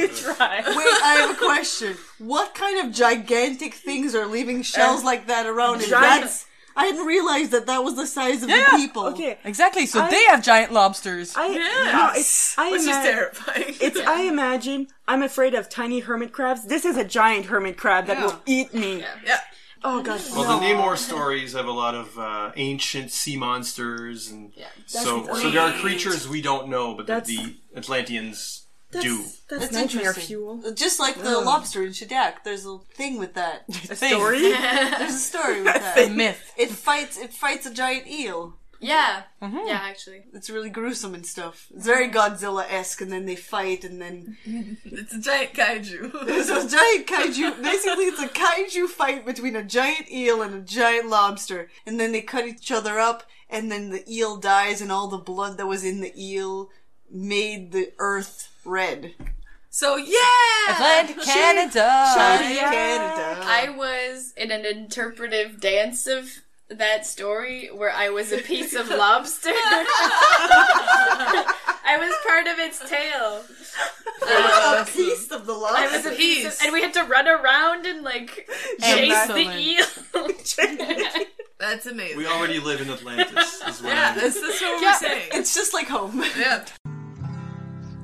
[SPEAKER 10] try.
[SPEAKER 4] Wait, I have a question. What kind of gigantic things are leaving shells
[SPEAKER 10] Uh,
[SPEAKER 4] like that around? And
[SPEAKER 10] giant-
[SPEAKER 4] that's I didn't realize that that was the size of
[SPEAKER 8] Yeah,
[SPEAKER 4] the
[SPEAKER 8] yeah.
[SPEAKER 4] people.
[SPEAKER 10] Okay.
[SPEAKER 8] Exactly. So
[SPEAKER 10] I-
[SPEAKER 8] they have giant lobsters.
[SPEAKER 10] I, no, it's, I
[SPEAKER 6] Which is
[SPEAKER 10] ima-
[SPEAKER 6] terrifying.
[SPEAKER 10] It's I imagine I'm afraid of tiny hermit crabs. This is a giant hermit crab that will eat me.
[SPEAKER 6] Yeah.
[SPEAKER 10] Oh god.
[SPEAKER 3] Well,
[SPEAKER 10] no.
[SPEAKER 3] the Namor stories have a lot of uh, ancient sea monsters, and so
[SPEAKER 10] That's
[SPEAKER 3] so there are
[SPEAKER 10] great.
[SPEAKER 3] creatures we don't know, but that
[SPEAKER 10] That's-
[SPEAKER 3] the Atlanteans do.
[SPEAKER 10] That's,
[SPEAKER 4] That's
[SPEAKER 10] nightmare
[SPEAKER 4] interesting.
[SPEAKER 10] fuel.
[SPEAKER 4] Just like the
[SPEAKER 10] Ugh.
[SPEAKER 4] lobster in Shadak, there's a thing with that.
[SPEAKER 10] A story?
[SPEAKER 4] there's a story with
[SPEAKER 8] A
[SPEAKER 4] that.
[SPEAKER 8] myth.
[SPEAKER 4] It fights. It fights a giant eel.
[SPEAKER 5] Yeah.
[SPEAKER 8] Mm-hmm.
[SPEAKER 5] Yeah, actually.
[SPEAKER 4] It's really gruesome and stuff. It's very Godzilla esque, and then they fight, and then
[SPEAKER 6] it's a giant kaiju.
[SPEAKER 4] there's a giant kaiju. Basically, it's a kaiju fight between a giant eel and a giant lobster, and then they cut each other up, and then the eel dies, and all the blood that was in the eel made the earth red.
[SPEAKER 6] So yeah,
[SPEAKER 8] Atlantic
[SPEAKER 4] Shiny
[SPEAKER 8] Canada.
[SPEAKER 4] Canada.
[SPEAKER 5] I was in an interpretive dance of that story where I was a piece of lobster. I was part of its tail.
[SPEAKER 4] a piece of the lobster.
[SPEAKER 5] I was a piece, of, and we had to run around and like chase
[SPEAKER 8] Excellent.
[SPEAKER 5] the eel.
[SPEAKER 6] That's amazing.
[SPEAKER 3] We already live in Atlantis. is what
[SPEAKER 6] yeah,
[SPEAKER 3] I mean.
[SPEAKER 6] that's, that's what we're saying.
[SPEAKER 4] It's just like home.
[SPEAKER 6] Yeah.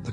[SPEAKER 2] The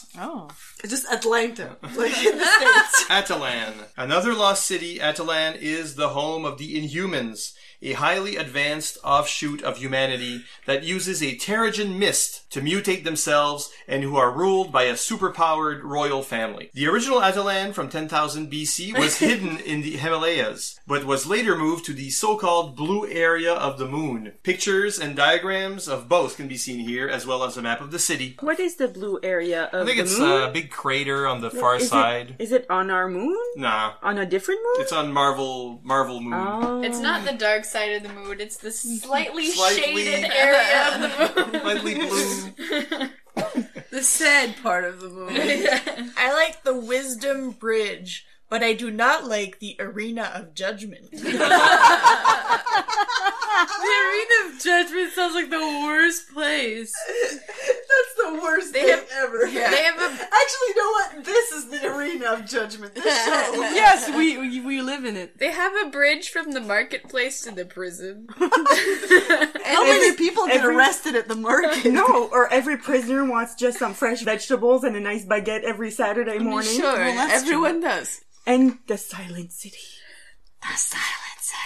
[SPEAKER 8] Oh.
[SPEAKER 4] Just Atlanta. Like in the States.
[SPEAKER 3] Atalan. Another lost city, Atalan is the home of the Inhumans, a highly advanced offshoot of humanity that uses a Terrigen mist to mutate themselves and who are ruled by a superpowered royal family. The original Atalan from 10,000 BC was hidden in the Himalayas, but was later moved to the so-called blue area of the moon. Pictures and diagrams of both can be seen here, as well as a map of the city.
[SPEAKER 10] What is the blue area of
[SPEAKER 3] I think
[SPEAKER 10] the
[SPEAKER 3] it's
[SPEAKER 10] moon?
[SPEAKER 3] uh, a big crater on the
[SPEAKER 10] No,
[SPEAKER 3] far
[SPEAKER 10] is it-
[SPEAKER 3] side.
[SPEAKER 10] Is it on our moon?
[SPEAKER 3] Nah.
[SPEAKER 10] On a different moon?
[SPEAKER 3] It's on Marvel Marvel Moon.
[SPEAKER 10] Oh.
[SPEAKER 5] It's not the dark side of the moon. It's the slightly,
[SPEAKER 3] Slightly-
[SPEAKER 5] shaded area of the moon.
[SPEAKER 3] Slightly blue.
[SPEAKER 11] The sad part of the movie. I like the Wisdom Bridge, but I do not like the Arena of Judgment.
[SPEAKER 6] The Arena of Judgment sounds like the worst place.
[SPEAKER 4] That's the worst
[SPEAKER 6] They
[SPEAKER 4] thing
[SPEAKER 6] have-
[SPEAKER 4] ever.
[SPEAKER 6] yeah. They have a-
[SPEAKER 4] Actually, you know what? This is the arena of judgment. This show.
[SPEAKER 6] yes, we, we we live in it.
[SPEAKER 5] They have a bridge from the marketplace to the prison.
[SPEAKER 4] How many people get arrested at the market?
[SPEAKER 10] No, or every prisoner wants just some fresh vegetables and a nice baguette every Saturday
[SPEAKER 13] Mm,
[SPEAKER 10] morning.
[SPEAKER 5] sure, Well, that's everyone
[SPEAKER 10] does. And the Silent City.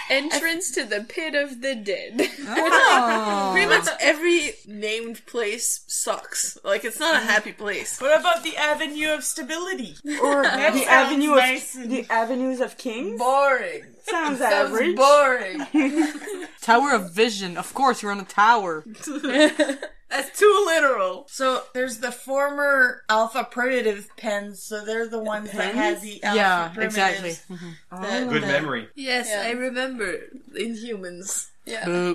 [SPEAKER 5] Entrance to the pit of the dead.
[SPEAKER 13] Oh. Pretty much every named place sucks. Like it's not a happy place.
[SPEAKER 11] What about the Avenue of Stability?
[SPEAKER 10] Or
[SPEAKER 13] That
[SPEAKER 10] the
[SPEAKER 13] sounds
[SPEAKER 10] Avenue of
[SPEAKER 13] nice
[SPEAKER 10] the Avenues of Kings.
[SPEAKER 11] Boring.
[SPEAKER 10] Sounds
[SPEAKER 8] Sounds
[SPEAKER 10] average.
[SPEAKER 8] boring. Tower of Vision. Of course, you're on a tower.
[SPEAKER 11] That's too literal. So there's the former alpha primitive pens, so they're the ones that had the alpha
[SPEAKER 8] yeah,
[SPEAKER 11] primitives.
[SPEAKER 8] exactly.
[SPEAKER 11] that-
[SPEAKER 3] Good
[SPEAKER 11] that-
[SPEAKER 3] memory.
[SPEAKER 13] Yes,
[SPEAKER 11] Yeah.
[SPEAKER 13] I remember Inhumans.
[SPEAKER 5] Yeah.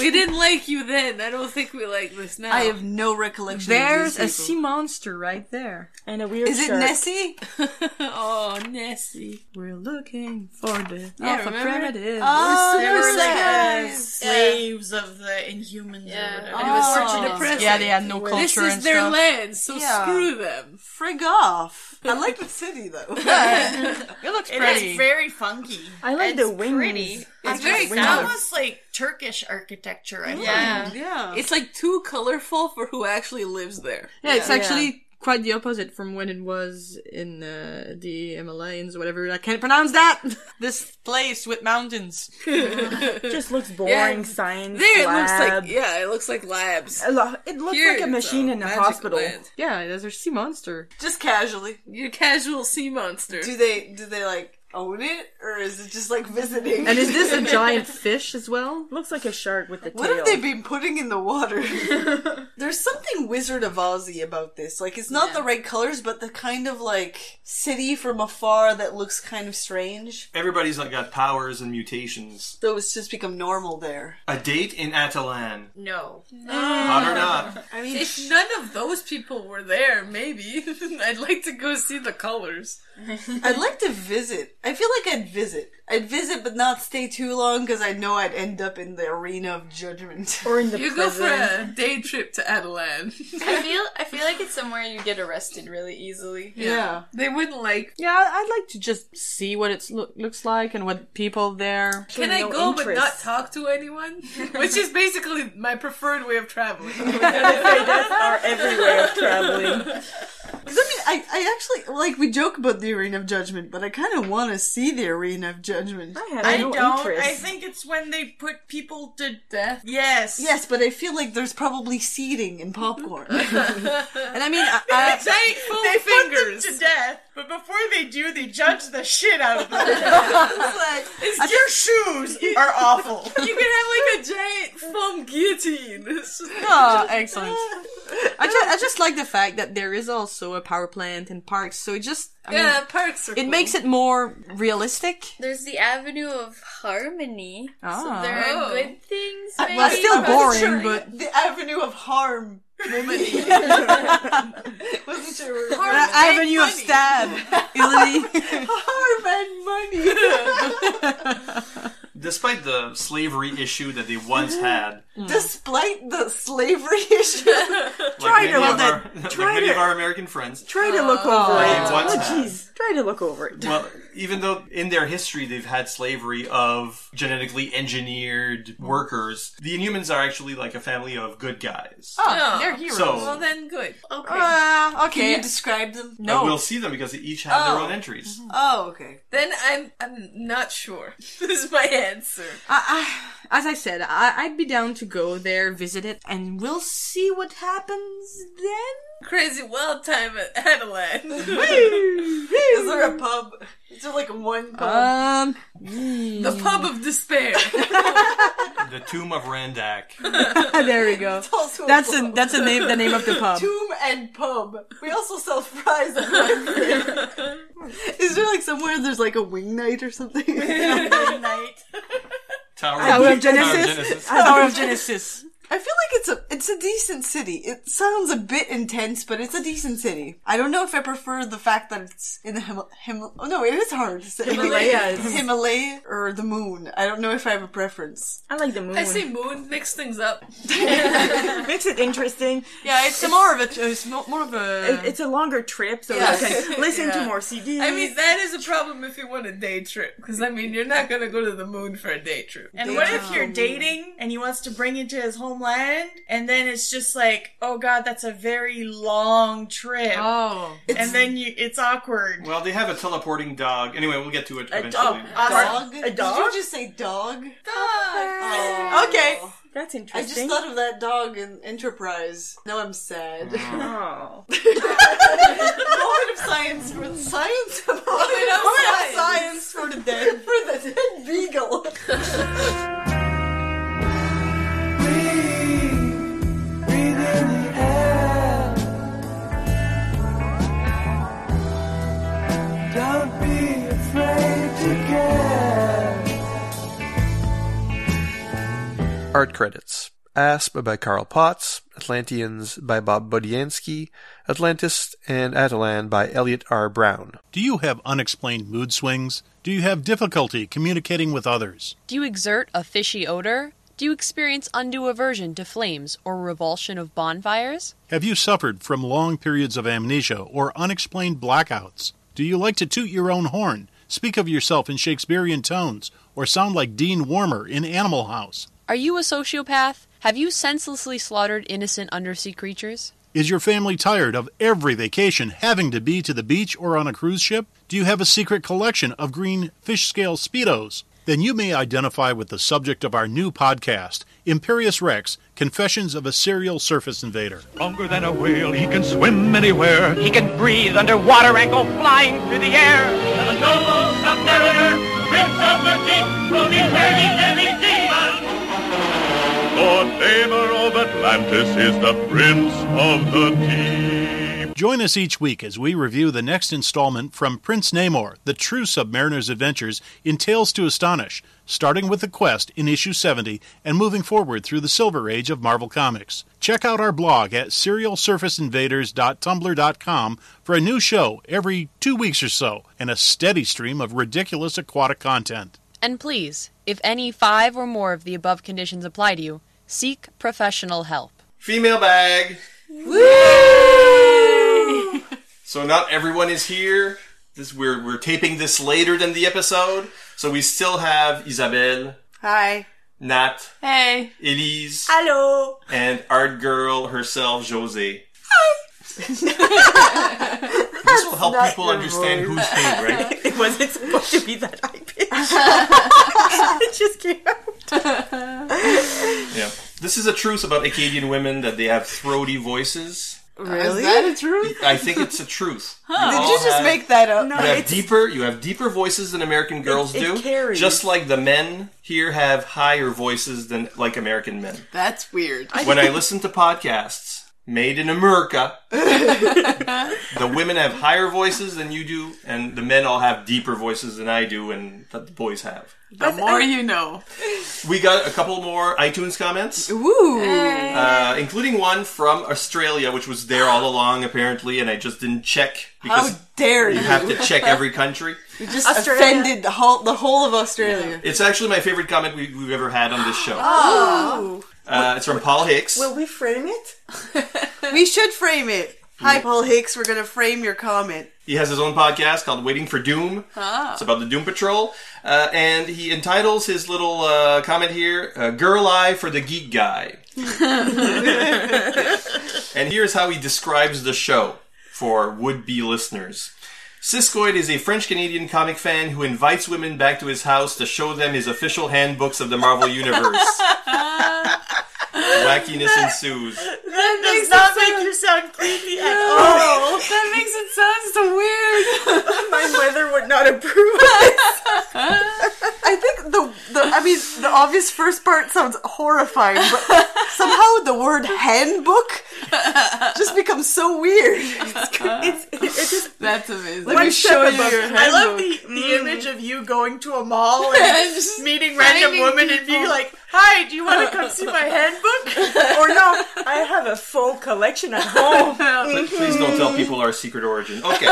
[SPEAKER 13] we didn't like you then. I don't think we like this now.
[SPEAKER 4] I have no recollection.
[SPEAKER 13] There's a
[SPEAKER 4] of these people.
[SPEAKER 13] sea monster right there.
[SPEAKER 10] And a weird
[SPEAKER 4] Is it Nessie?
[SPEAKER 13] oh, Nessie. We're looking for the
[SPEAKER 11] Yeah,
[SPEAKER 13] alpha
[SPEAKER 11] remember?
[SPEAKER 13] primitive.
[SPEAKER 11] Oh,
[SPEAKER 13] We're
[SPEAKER 11] they were like
[SPEAKER 13] sad.
[SPEAKER 11] uh, slaves of the Inhumans or whatever.
[SPEAKER 13] And it was Oh, such
[SPEAKER 4] Oh,
[SPEAKER 13] a depressing.
[SPEAKER 8] Yeah, they had no culture
[SPEAKER 13] This is
[SPEAKER 8] and
[SPEAKER 13] their
[SPEAKER 8] stuff.
[SPEAKER 13] land, so
[SPEAKER 8] Yeah.
[SPEAKER 13] screw them.
[SPEAKER 4] Frig off. I like the city though.
[SPEAKER 11] it looks
[SPEAKER 13] pretty.
[SPEAKER 11] very funky.
[SPEAKER 10] I like the wings. Pretty.
[SPEAKER 11] It's
[SPEAKER 13] very
[SPEAKER 11] very
[SPEAKER 13] sound.
[SPEAKER 11] almost like Turkish architecture. I
[SPEAKER 13] Yeah.
[SPEAKER 11] find.
[SPEAKER 13] It's like too colorful for who actually lives there.
[SPEAKER 8] Yeah, it's actually quite the opposite from when it was in uh, the Himalayas or whatever. I can't pronounce that. this place with mountains.
[SPEAKER 10] Just looks boring.
[SPEAKER 13] Yeah.
[SPEAKER 10] Science.
[SPEAKER 13] There, it
[SPEAKER 10] lab.
[SPEAKER 13] looks like yeah, it looks like labs.
[SPEAKER 10] A lo- It looks
[SPEAKER 13] Here,
[SPEAKER 10] like a
[SPEAKER 13] it's
[SPEAKER 10] machine in a
[SPEAKER 13] magical
[SPEAKER 10] hospital.
[SPEAKER 13] land.
[SPEAKER 8] Yeah, there's a sea monster.
[SPEAKER 4] Just casually.
[SPEAKER 13] Your casual sea monster.
[SPEAKER 4] Do they do they like own it or is it just like visiting?
[SPEAKER 8] And is this a giant fish as well?
[SPEAKER 10] Looks like a shark with a
[SPEAKER 4] What have they been putting in the water? There's something Wizard of Ozzy about this. Like, it's not the right colors, but the kind of like city from afar that looks kind of strange.
[SPEAKER 3] Everybody's like got powers and mutations.
[SPEAKER 4] So it's just become normal there.
[SPEAKER 3] A date in Atalan.
[SPEAKER 13] No. No.
[SPEAKER 3] Hot or not.
[SPEAKER 4] I
[SPEAKER 13] mean, if none of those people were there, maybe I'd like to go see the colors.
[SPEAKER 8] Mm-hmm.
[SPEAKER 4] I'd like to visit. I feel like I'd visit. I'd visit, but not stay too long because I know I'd end up in the arena of judgment.
[SPEAKER 10] Or in
[SPEAKER 13] you go for a day trip to Adelan.
[SPEAKER 5] I feel I feel like it's somewhere you get arrested really easily.
[SPEAKER 13] They wouldn't like.
[SPEAKER 8] Yeah, I'd like to just see what it lo- looks like and what people there.
[SPEAKER 13] Can I go but not talk to anyone? Which is basically my preferred way of traveling.
[SPEAKER 10] That's our every way of traveling.
[SPEAKER 4] 'Cause, I mean, I, I actually like we joke about the arena of judgment, but I kind of want to see the arena of judgment. I
[SPEAKER 11] I don't. I think it's when they put people to death. Yes.
[SPEAKER 4] Yes, but I feel like there's probably seeding in popcorn.
[SPEAKER 8] and I mean, I,
[SPEAKER 11] They-
[SPEAKER 13] Giant full
[SPEAKER 11] they
[SPEAKER 13] fingers.
[SPEAKER 11] put them to death, but before they do, they judge the shit out of them. it's like, your shoes are awful.
[SPEAKER 13] You can have like a giant foam guillotine. It's just-
[SPEAKER 8] Oh, excellent. I just, I just like the fact that there is also a power plant and parks, so it just I mean,
[SPEAKER 5] Yeah, parks are
[SPEAKER 8] It
[SPEAKER 5] cool.
[SPEAKER 8] makes it more realistic.
[SPEAKER 5] There's the Avenue of Harmony.
[SPEAKER 8] Ah.
[SPEAKER 5] So there are
[SPEAKER 8] Oh.
[SPEAKER 5] good things.
[SPEAKER 8] Uh,
[SPEAKER 5] Maybe.
[SPEAKER 8] well, it's still boring, but
[SPEAKER 4] the avenue of harm. Maybe. Wasn't sure.
[SPEAKER 8] An avenue of stab, Illy.
[SPEAKER 4] harm and money.
[SPEAKER 3] Despite the slavery issue that they once had,
[SPEAKER 4] Despite the slavery issue,
[SPEAKER 3] like
[SPEAKER 4] try
[SPEAKER 3] many,
[SPEAKER 4] to
[SPEAKER 3] of
[SPEAKER 4] well,
[SPEAKER 3] our,
[SPEAKER 4] then,
[SPEAKER 3] like
[SPEAKER 4] try
[SPEAKER 3] many
[SPEAKER 4] to
[SPEAKER 3] of our American friends,
[SPEAKER 10] Try to look over
[SPEAKER 3] they
[SPEAKER 10] it.
[SPEAKER 3] once
[SPEAKER 10] Oh
[SPEAKER 3] had.
[SPEAKER 10] jeez. Try to look over it.
[SPEAKER 3] Well, even though in their history they've had slavery of genetically engineered workers, the Inhumans are actually like a family of good guys.
[SPEAKER 11] Oh, they're
[SPEAKER 3] heroes. So-
[SPEAKER 11] well, then good. Okay.
[SPEAKER 4] Uh, okay.
[SPEAKER 11] Can
[SPEAKER 4] you describe them?
[SPEAKER 3] Uh, we'll see them because they each have their
[SPEAKER 11] Oh.
[SPEAKER 3] own entries.
[SPEAKER 4] Oh, okay.
[SPEAKER 11] Then I'm I'm not sure. This is my answer.
[SPEAKER 8] I, I, as I said, I, I'd be down to go there, visit it, and we'll see what happens then.
[SPEAKER 11] Crazy wild time at Adeland.
[SPEAKER 4] Is there a pub? Is there like one pub?
[SPEAKER 8] Um,
[SPEAKER 11] the pub of despair.
[SPEAKER 3] The Tomb of Randak.
[SPEAKER 8] there we go.
[SPEAKER 4] also a
[SPEAKER 8] That's a
[SPEAKER 4] pub.
[SPEAKER 8] that's a name the name of the pub.
[SPEAKER 4] Tomb and pub. We also sell fries. At Library. Is there like somewhere there's like a wing night or something? night.
[SPEAKER 3] Tower,
[SPEAKER 8] Tower of Genesis. Tower of Genesis.
[SPEAKER 4] I feel like it's a it's a decent city. It sounds a bit intense, but it's a decent city. I don't know if I prefer the fact that it's in the Him- Him- oh no, it is hard. It's the
[SPEAKER 11] Himalayas.
[SPEAKER 4] Himalayas, Himalaya, or the moon. I don't know if I have a preference.
[SPEAKER 10] I like the moon.
[SPEAKER 11] I say moon mix things up.
[SPEAKER 10] Makes it interesting.
[SPEAKER 8] Yeah, it's a more of a it's mo- more of a
[SPEAKER 10] It- it's a longer trip, so
[SPEAKER 11] Yeah.
[SPEAKER 10] you can listen to
[SPEAKER 11] Yeah.
[SPEAKER 10] more CDs.
[SPEAKER 11] I mean, that is a problem if you want a day trip. Because, I mean, you're not going to go to the moon for a day trip.
[SPEAKER 13] And what if you're dating and he wants to bring you to his homeland, and then it's just like, oh god, that's a very long trip.
[SPEAKER 8] Oh,
[SPEAKER 13] and then you, it's awkward.
[SPEAKER 3] Well, they have a teleporting dog. Anyway, we'll get to it
[SPEAKER 13] A
[SPEAKER 3] eventually.
[SPEAKER 4] Dog?
[SPEAKER 13] A dog?
[SPEAKER 4] Did you just say dog? Dog.
[SPEAKER 13] Okay.
[SPEAKER 10] That's
[SPEAKER 4] I just
[SPEAKER 10] interesting.
[SPEAKER 4] thought of that dog in Enterprise. Now I'm sad.
[SPEAKER 10] Oh.
[SPEAKER 4] Moment Mm. of science for science. Moment
[SPEAKER 11] of
[SPEAKER 4] of
[SPEAKER 11] science.
[SPEAKER 4] science for the dead. For the dead beagle.
[SPEAKER 14] Don't be afraid to care.
[SPEAKER 15] Art credits Asp by Carl Potts, Atlanteans by Bob Bodiansky, Atlantis and Atalan by Elliot R. Brown.
[SPEAKER 16] Do you have unexplained mood swings? Do you have difficulty communicating with others?
[SPEAKER 17] Do you exert a fishy odor? Do you experience undue aversion to flames or revulsion of bonfires?
[SPEAKER 16] Have you suffered from long periods of amnesia or unexplained blackouts? Do you like to toot your own horn, speak of yourself in Shakespearean tones, or sound like Dean Warmer in Animal House?
[SPEAKER 17] Are you a sociopath? Have you senselessly slaughtered innocent undersea creatures?
[SPEAKER 16] Is your family tired of every vacation having to be to the beach or on a cruise ship? Do you have a secret collection of green fish scale Speedos? Then you may identify with the subject of our new podcast, Imperious Rex Confessions of a Serial Surface Invader.
[SPEAKER 18] Longer than a whale, he can swim anywhere. He can breathe underwater and go flying through the air. The noble submariner, prince of the deep, will be burning every demon.
[SPEAKER 7] The neighbor of Atlantis is the prince of the
[SPEAKER 16] Join us each week as we review the next installment from Prince Namor, The True Submariner's Adventures in Tales to Astonish, starting with the quest in issue 70 and moving forward through the Silver Age of Marvel Comics. Check out our blog at serialsurfaceinvaders.tumblr.com for a new show every two weeks or so and a steady stream of ridiculous aquatic content.
[SPEAKER 17] And please, if any five or more of the above conditions apply to you, seek professional help.
[SPEAKER 3] Female bag. So not everyone is here. This we're we're taping this later than the episode, so we still have Isabelle,
[SPEAKER 4] Hi.
[SPEAKER 3] Nat,
[SPEAKER 4] Hey.
[SPEAKER 3] Elise,
[SPEAKER 4] Hello.
[SPEAKER 3] and art girl herself, Jose.
[SPEAKER 10] this
[SPEAKER 3] will help people understand who's who, right?
[SPEAKER 10] it wasn't supposed to be that high pitch. it just came out.
[SPEAKER 3] Yeah. This is a truth about Acadian women that they have throaty voices.
[SPEAKER 4] Is that a truth?
[SPEAKER 3] I think it's a truth.
[SPEAKER 4] Huh. Did
[SPEAKER 3] all
[SPEAKER 4] you just
[SPEAKER 3] have-
[SPEAKER 4] make that up?
[SPEAKER 3] you have deeper. You have deeper voices than American girls
[SPEAKER 4] it
[SPEAKER 3] do.
[SPEAKER 4] carries.
[SPEAKER 3] Just like the men here have higher voices than like American men.
[SPEAKER 4] That's weird.
[SPEAKER 3] When I listen to podcasts made in America, the women have higher voices than you do, and the men all have deeper voices than I do, and that the boys have.
[SPEAKER 4] The more you know.
[SPEAKER 3] We got a couple more iTunes comments.
[SPEAKER 4] Ooh.
[SPEAKER 3] Uh, including one from Australia, which was there all along apparently, and I just didn't check
[SPEAKER 4] How dare you?
[SPEAKER 3] you have to check every country.
[SPEAKER 4] You just
[SPEAKER 10] Australia.
[SPEAKER 4] offended the whole, the whole of Australia.
[SPEAKER 3] It's actually my favorite comment we, we've ever had on this show.
[SPEAKER 4] Oh.
[SPEAKER 3] Uh, it's from Paul Hicks.
[SPEAKER 4] Will we frame it? we should frame it. Hi, Paul Hicks. We're going to frame your comment.
[SPEAKER 3] He has his own podcast called Waiting for Doom.
[SPEAKER 4] Ah.
[SPEAKER 3] It's about the Doom Patrol. Uh, and he entitles his little uh, comment here, uh, Girl Eye for the Geek Guy. and here's how he describes the show for would be listeners. Siskoid is a French Canadian comic fan who invites women back to his house to show them his official handbooks of the Marvel Universe. Wackiness ensues.
[SPEAKER 13] That does not make you sound creepy at all. That makes it sound so weird.
[SPEAKER 4] My weather would not approve. I think the, the I mean the obvious first part sounds horrifying, but somehow the word handbook just becomes so weird.
[SPEAKER 13] it's, it's just, That's amazing.
[SPEAKER 4] Let me show you your Mm.
[SPEAKER 13] I love the, the image of you going to a mall and
[SPEAKER 11] Just
[SPEAKER 13] meeting random
[SPEAKER 11] finding
[SPEAKER 13] women and being
[SPEAKER 11] people.
[SPEAKER 13] like, "Hi, do you want to come see my handbook?"
[SPEAKER 11] or no, I have a full collection at home.
[SPEAKER 3] Please, please don't tell people our secret origin. Okay.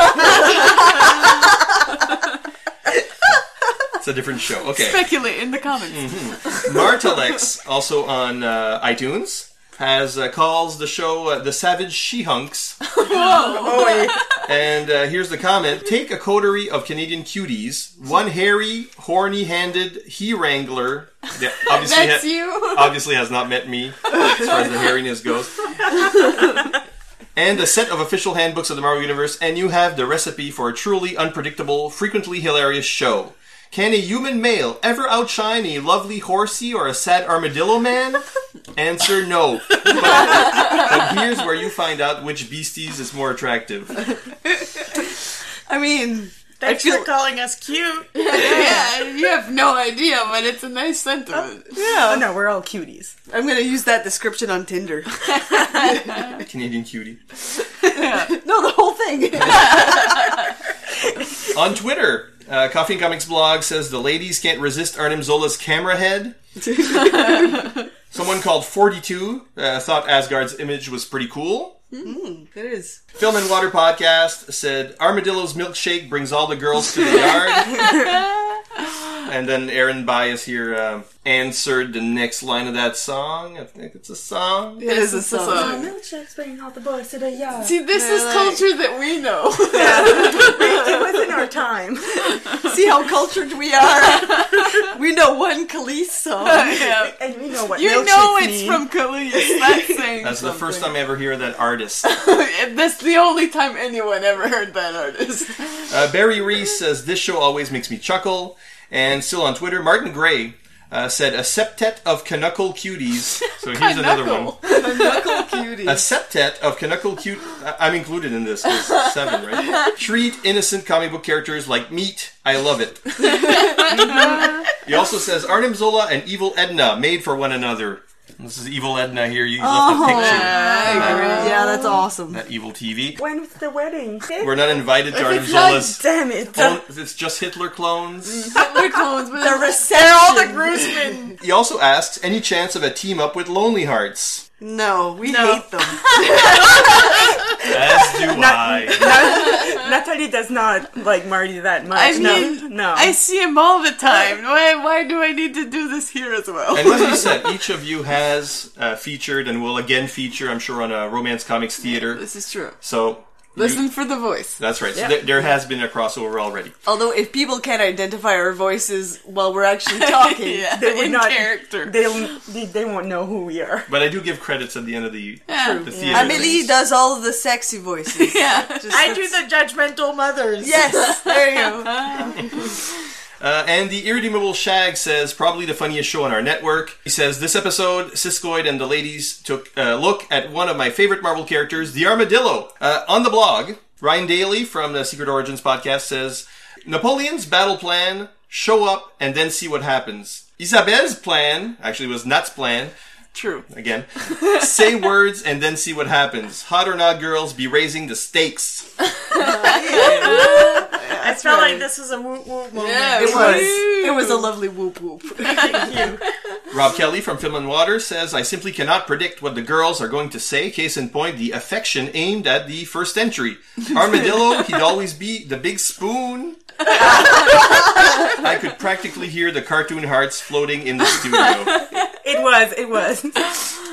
[SPEAKER 3] it's a different show. Okay. Mm-hmm.
[SPEAKER 6] Speculate in the comments.
[SPEAKER 3] Martelex, also on uh, iTunes, has uh, calls the show uh, the Savage She Hunks. And uh, here's the comment Take a coterie of Canadian cuties, one hairy, horny handed he wrangler. That obviously
[SPEAKER 6] That's
[SPEAKER 3] ha-
[SPEAKER 6] you.
[SPEAKER 3] Obviously has not met me as far as the hairiness goes. And a set of official handbooks of the Marvel Universe, and you have the recipe for a truly unpredictable, frequently hilarious show. Can a human male ever outshine a lovely horsey or a sad armadillo man? Answer no. But, but here's where you find out which beasties is more attractive.
[SPEAKER 4] I mean,
[SPEAKER 13] thanks for calling us cute.
[SPEAKER 6] yeah, you have no idea, but it's a nice sentiment.
[SPEAKER 4] Oh,
[SPEAKER 6] Oh,
[SPEAKER 4] Yeah.
[SPEAKER 11] no, we're all cuties.
[SPEAKER 4] I'm going to use that description on Tinder.
[SPEAKER 3] Canadian cutie.
[SPEAKER 4] no, the whole thing.
[SPEAKER 3] On Twitter, uh, Coffee and Comics blog says the ladies can't resist Arnim Zola's camera head. Someone called 42 uh, thought Asgard's image was pretty cool.
[SPEAKER 4] Mm, it is.
[SPEAKER 3] Film and Water podcast said Armadillo's milkshake brings all the girls to the yard. and then Aaron Bias here uh, answered the next line of that song. I think it's a song.
[SPEAKER 6] It is a song.
[SPEAKER 11] Oh, milkshakes bringing all the boys to the yard.
[SPEAKER 6] See, this is culture that we know.
[SPEAKER 11] it was in our time.
[SPEAKER 4] See how cultured we are. we know one Khalees song.
[SPEAKER 6] Yeah.
[SPEAKER 11] And we know
[SPEAKER 6] you know it's from Khalees. That's saying
[SPEAKER 3] That's the first time I ever hear that artist.
[SPEAKER 6] something. That's the only time anyone ever heard that artist.
[SPEAKER 3] Uh, Barry Reese says this show always makes me chuckle, and still on Twitter, Martin Gray uh, said a septet of Canuckle cuties. So here's another one.
[SPEAKER 4] Knuckle cutie.
[SPEAKER 3] A septet of Canuckle cute. I- I'm included in this. 'cause it's seven, right? Treat innocent comic book characters like meat. I love it. he also says Arnim Zola and Evil Edna made for one another. This is Evil Edna here. You left
[SPEAKER 6] Oh,
[SPEAKER 3] a picture.
[SPEAKER 4] yeah, that's awesome.
[SPEAKER 3] That evil TV.
[SPEAKER 11] When's the wedding?
[SPEAKER 3] We're not invited to Arnim
[SPEAKER 11] God
[SPEAKER 3] Zola's.
[SPEAKER 11] damn it.
[SPEAKER 3] own- it's just Hitler clones.
[SPEAKER 6] Hitler clones, but
[SPEAKER 4] the
[SPEAKER 6] reception. all the
[SPEAKER 4] groomsmen.
[SPEAKER 6] Mm-hmm.
[SPEAKER 3] He also asks, any chance of a team up with Lonely Hearts?
[SPEAKER 4] No, we hate them.
[SPEAKER 3] As do
[SPEAKER 11] Nat- Natalie does not like Marty that much.
[SPEAKER 6] I
[SPEAKER 11] No.
[SPEAKER 6] mean,
[SPEAKER 11] no.
[SPEAKER 6] I see him all the time. Why? Why do I need to do this here as well?
[SPEAKER 3] and as you said, each of you has uh, featured and will again feature, I'm sure, on a Romance Comics Theater.
[SPEAKER 6] This is true.
[SPEAKER 3] So,
[SPEAKER 6] Listen for the voice.
[SPEAKER 3] that's right.
[SPEAKER 4] Yeah.
[SPEAKER 3] So there, there has been a crossover already.
[SPEAKER 4] Although, if people can't identify our voices while we're actually talking,
[SPEAKER 6] Yeah,
[SPEAKER 4] they would
[SPEAKER 11] in
[SPEAKER 4] not.
[SPEAKER 11] character. They, they, they won't know who we are.
[SPEAKER 3] But I do give credits at the end of the, the theater.
[SPEAKER 4] Amelie does all of the sexy voices. yeah,
[SPEAKER 13] I do the judgmental mothers.
[SPEAKER 4] Yes, there you go.
[SPEAKER 3] Uh, and the irredeemable Shag says, probably the funniest show on our network. He says, this episode, Siskoid and the ladies took a look at one of my favorite Marvel characters, the Armadillo. Uh, on the blog, Ryan Daly from the Secret Origins podcast says, Napoleon's battle plan, show up and then see what happens. Isabelle's plan, actually was Nat's plan.
[SPEAKER 6] True.
[SPEAKER 3] Again. say words and then see what happens. Hot or not, girls, be raising the stakes.
[SPEAKER 13] I felt like this was a whoop whoop moment.
[SPEAKER 4] Yeah, it was. It was a lovely whoop whoop.
[SPEAKER 3] Rob Kelly from Film and Water says, I simply cannot predict what the girls are going to say. Case in point, the affection aimed at the first entry. Armadillo, he'd always be the big spoon. I could practically hear the cartoon hearts floating in the studio.
[SPEAKER 11] It was. It was.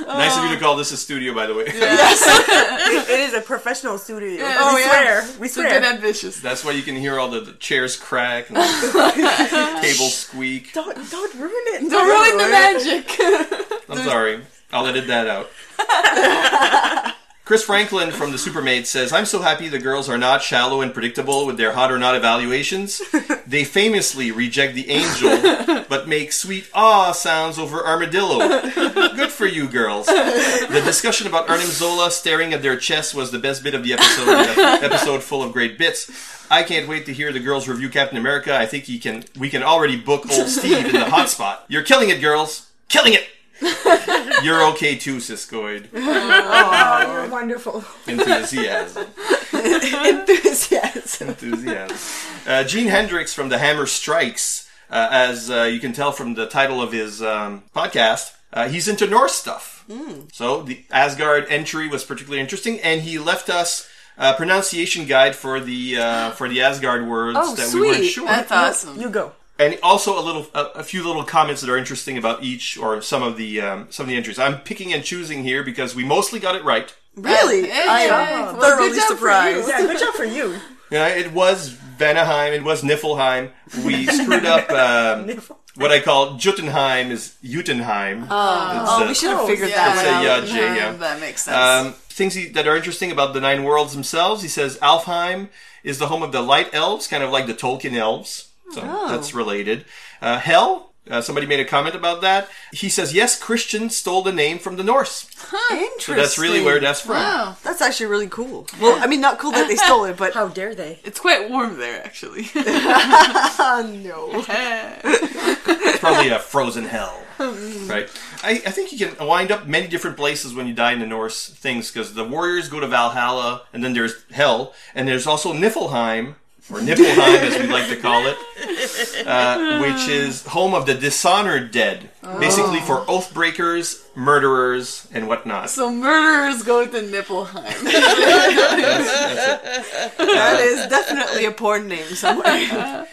[SPEAKER 3] Nice of you to call this a studio, by the way.
[SPEAKER 10] Yes. it is a professional studio.
[SPEAKER 4] Yeah,
[SPEAKER 10] oh, we
[SPEAKER 4] we swear.
[SPEAKER 10] swear. We
[SPEAKER 4] It's a
[SPEAKER 10] swear.
[SPEAKER 4] bit ambitious.
[SPEAKER 3] That's why you can hear all the, the chairs crack and the table squeak.
[SPEAKER 10] Don't don't ruin it.
[SPEAKER 4] Don't ruin the
[SPEAKER 3] I'm sorry. I'll edit that out. Chris Franklin from The Supermaid says, I'm so happy the girls are not shallow and predictable with their hot or not evaluations. They famously reject the angel, but make sweet ah sounds over armadillo. Good for you, girls. The discussion about Arnim Zola staring at their chest was the best bit of the episode, an episode full of great bits. I can't wait to hear the girls review Captain America. I think he can. we can already book old Steve in the hot spot. You're killing it, girls. Killing it! You're okay too, Siskoid.
[SPEAKER 11] oh, you're wonderful.
[SPEAKER 3] Enthusiasm.
[SPEAKER 11] Enthusiasm.
[SPEAKER 3] Enthusiasm. Uh, Gene Hendricks from The Hammer Strikes, uh, as uh, you can tell from the title of his um, podcast, uh, he's into Norse stuff. So the Asgard entry was particularly interesting, and he left us a pronunciation guide for the uh, for the Asgard words that we weren't sure.
[SPEAKER 10] You go.
[SPEAKER 3] and also a little a, a few little comments that are interesting about each or some of the um, some of the entries. I'm picking and choosing here because we mostly got it right.
[SPEAKER 4] Really? I am thoroughly surprised.
[SPEAKER 10] Yeah, good job for you.
[SPEAKER 3] Yeah, it was Vanaheim. It was Niflheim. We screwed up um, what I call Juttenheim is Juttenheim.
[SPEAKER 4] Oh.
[SPEAKER 3] It's,
[SPEAKER 4] Oh,
[SPEAKER 3] uh,
[SPEAKER 4] we should have figured that
[SPEAKER 3] it's
[SPEAKER 4] one
[SPEAKER 3] a
[SPEAKER 4] out.
[SPEAKER 3] Yod J, yeah.
[SPEAKER 4] That makes sense.
[SPEAKER 3] Um, things he, that are interesting about the Nine Worlds themselves. He says Alfheim is the home of the Light Elves, kind of like the Tolkien Elves. So
[SPEAKER 4] Oh.
[SPEAKER 3] that's related. Uh, Hell. Uh, somebody made a comment about that. He says, yes, Christian stole the name from the Norse.
[SPEAKER 4] Interesting.
[SPEAKER 3] So that's really where that's from.
[SPEAKER 4] Wow, that's actually really cool. Well, I mean, not cool that they stole it, but how dare they? It's quite warm there, actually. no.
[SPEAKER 3] It's probably a frozen hell. Right. I, I think you can wind up many different places when you die in the Norse things because the warriors go to Valhalla and then there's hell and there's also Niflheim or Niflheim as we like to call it, uh, which is home of the dishonored dead, basically for oath breakers, murderers, and whatnot.
[SPEAKER 19] So murderers go to Nippleheim.
[SPEAKER 4] that is definitely a porn name somewhere.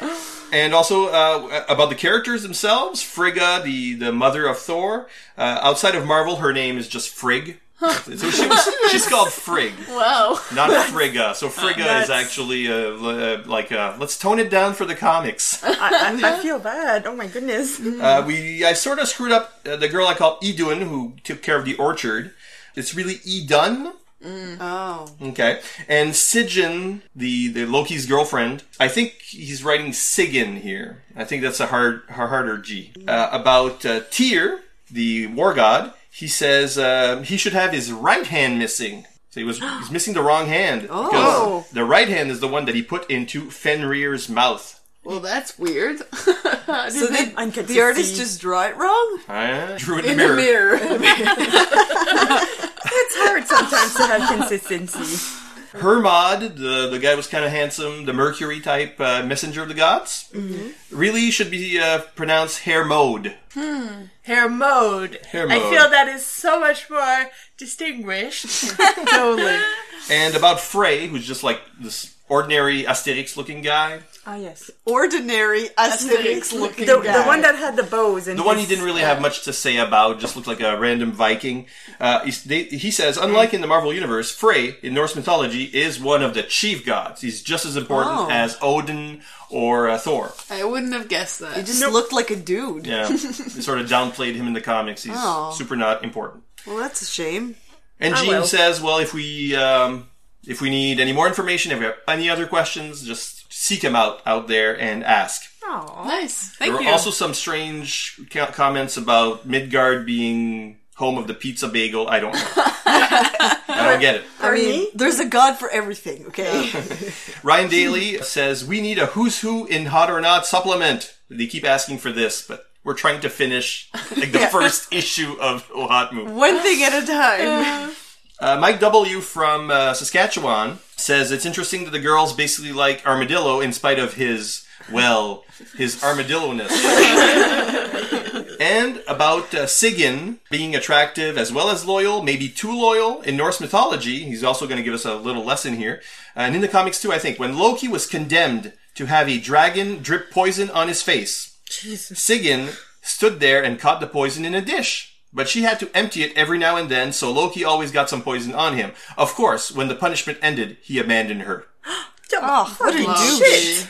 [SPEAKER 3] And also uh, about the characters themselves, Frigga, the, the mother of Thor. Uh, outside of Marvel, her name is just Frigg. So she was, she's called Frigg.
[SPEAKER 19] Wow.
[SPEAKER 3] Not Frigga. So Frigga
[SPEAKER 10] Nuts.
[SPEAKER 3] is actually uh, l- uh, like uh, let's tone it down for the comics.
[SPEAKER 10] I, I, I feel bad. Oh my goodness.
[SPEAKER 3] Uh, we I sort of screwed up uh, the girl I call Edun who took care of the orchard. It's really E Edun.
[SPEAKER 4] Oh.
[SPEAKER 3] Okay, and Sigyn, the, the Loki's girlfriend. I think he's writing Sigyn here. I think that's a hard, a harder G. Uh, about uh, Tyr, the war god. He says uh, he should have his right hand missing. So he was he's missing the wrong hand
[SPEAKER 19] Oh.
[SPEAKER 3] the right hand is the one that he put into Fenrir's mouth.
[SPEAKER 19] Well, that's weird.
[SPEAKER 4] So did the artist just draw it wrong?
[SPEAKER 3] I drew it
[SPEAKER 19] in
[SPEAKER 3] in,
[SPEAKER 19] the mirror.
[SPEAKER 10] It's hard sometimes to have consistency.
[SPEAKER 3] Hermod, the, the guy was kind of handsome, the Mercury type uh, messenger of the gods,
[SPEAKER 19] Mm-hmm.
[SPEAKER 3] really should be uh, pronounced Hermod.
[SPEAKER 13] Hmm. Hair mode.
[SPEAKER 3] Hair
[SPEAKER 13] I
[SPEAKER 3] mode.
[SPEAKER 13] feel that is so much more distinguished. totally.
[SPEAKER 3] And about Frey, who's just like this ordinary Asterix looking guy.
[SPEAKER 10] Ah, yes.
[SPEAKER 4] Ordinary Asterix looking
[SPEAKER 10] the,
[SPEAKER 4] guy.
[SPEAKER 10] The one that had the bows and
[SPEAKER 3] The one he
[SPEAKER 10] his-
[SPEAKER 3] didn't really have much to say about, just looked like a random Viking. Uh, he's- they- he says, unlike in the Marvel Universe, Frey, in Norse mythology, is one of the chief gods. He's just as important
[SPEAKER 19] Oh.
[SPEAKER 3] as Odin or uh, Thor.
[SPEAKER 19] I wouldn't have guessed that.
[SPEAKER 4] He just looked like a dude.
[SPEAKER 3] Yeah. they sort of downplayed him in the comics. He's
[SPEAKER 4] Oh.
[SPEAKER 3] super not important.
[SPEAKER 4] Well, that's a shame.
[SPEAKER 3] And
[SPEAKER 4] I
[SPEAKER 3] Gene
[SPEAKER 4] will.
[SPEAKER 3] says, "Well, if we um, if we need any more information, if we have any other questions, just seek him out out there and ask."
[SPEAKER 19] Nice. Thank
[SPEAKER 3] there were
[SPEAKER 19] you.
[SPEAKER 3] also some strange co- comments about Midgard being home of the pizza bagel. I don't know. I don't get it.
[SPEAKER 4] I mean, there's a god for everything, okay?
[SPEAKER 3] Ryan Daly says we need a who's who in hot or not supplement. They keep asking for this, but we're trying to finish like the
[SPEAKER 4] Yeah.
[SPEAKER 3] first issue of Ohatmu.
[SPEAKER 4] One thing at a time.
[SPEAKER 3] Uh, Mike W. from uh, Saskatchewan says it's interesting that the girls basically like Armadillo in spite of his, well, his armadillo-ness. and about uh, Sigyn being attractive as well as loyal, maybe too loyal in Norse mythology. He's also going to give us a little lesson here. And in the comics too, I think, when Loki was condemned to have a dragon drip poison on his face, Sigyn stood there and caught the poison in a dish. But she had to empty it every now and then, so Loki always got some poison on him. Of course, when the punishment ended, he abandoned her.
[SPEAKER 4] Oh, what a douche.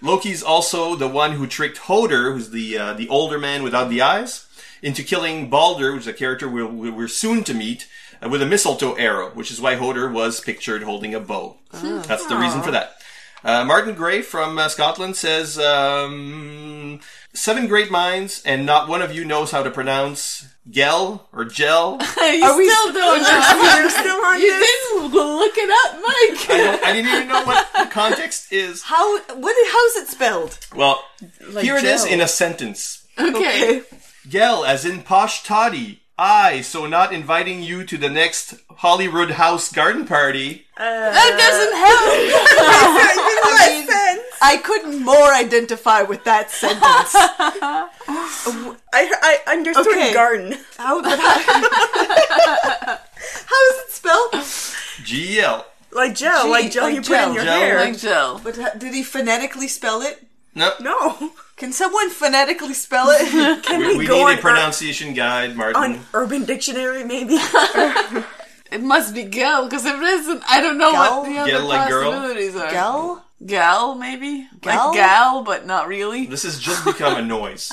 [SPEAKER 3] Loki's also the one who tricked Hoder, who's the uh, the older man without the eyes, into killing Balder, which is a character we're, we're soon to meet, uh, with a mistletoe arrow, which is why Hoder was pictured holding a bow.
[SPEAKER 18] Ah.
[SPEAKER 3] That's the reason for that. Uh, Martin Gray from uh, Scotland says, um, Seven great minds, and not one of you knows how to pronounce gel or gel.
[SPEAKER 19] you
[SPEAKER 3] Are
[SPEAKER 19] Are
[SPEAKER 3] we
[SPEAKER 19] we still doing
[SPEAKER 3] We're
[SPEAKER 19] this?
[SPEAKER 3] still on
[SPEAKER 19] you
[SPEAKER 3] this?
[SPEAKER 19] didn't look it up, Mike.
[SPEAKER 3] I, don't, I didn't even know what the context is.
[SPEAKER 4] How? What? How's it spelled?
[SPEAKER 3] Well,
[SPEAKER 4] Like
[SPEAKER 3] here it is
[SPEAKER 4] gel.
[SPEAKER 3] in a sentence.
[SPEAKER 4] Okay.
[SPEAKER 3] Gel, as in posh toddy. I, so not inviting you to the next Hollywood House garden party.
[SPEAKER 4] that doesn't help. I, mean, I couldn't more identify with that sentence.
[SPEAKER 10] I, I understood
[SPEAKER 4] Okay.
[SPEAKER 10] garden.
[SPEAKER 4] How, but how, how is it spelled? Oh,
[SPEAKER 3] GL.
[SPEAKER 10] Like gel, like gel you put in your
[SPEAKER 3] Gel.
[SPEAKER 10] hair.
[SPEAKER 3] Like
[SPEAKER 4] gel. But ha- did he phonetically spell it?
[SPEAKER 3] No.
[SPEAKER 10] No.
[SPEAKER 4] Can someone phonetically spell it?
[SPEAKER 3] we, uh, we need a pronunciation guide, Martin.
[SPEAKER 10] uh, Urban Dictionary, maybe.
[SPEAKER 19] it must be Gel, because if it isn't, I don't know what the
[SPEAKER 3] Gel?
[SPEAKER 19] other
[SPEAKER 3] Gel like girl?
[SPEAKER 19] possibilities are.
[SPEAKER 4] Gel?
[SPEAKER 19] Gal, maybe?
[SPEAKER 4] Gel?
[SPEAKER 19] Like gal, but not really.
[SPEAKER 3] This has just become a noise.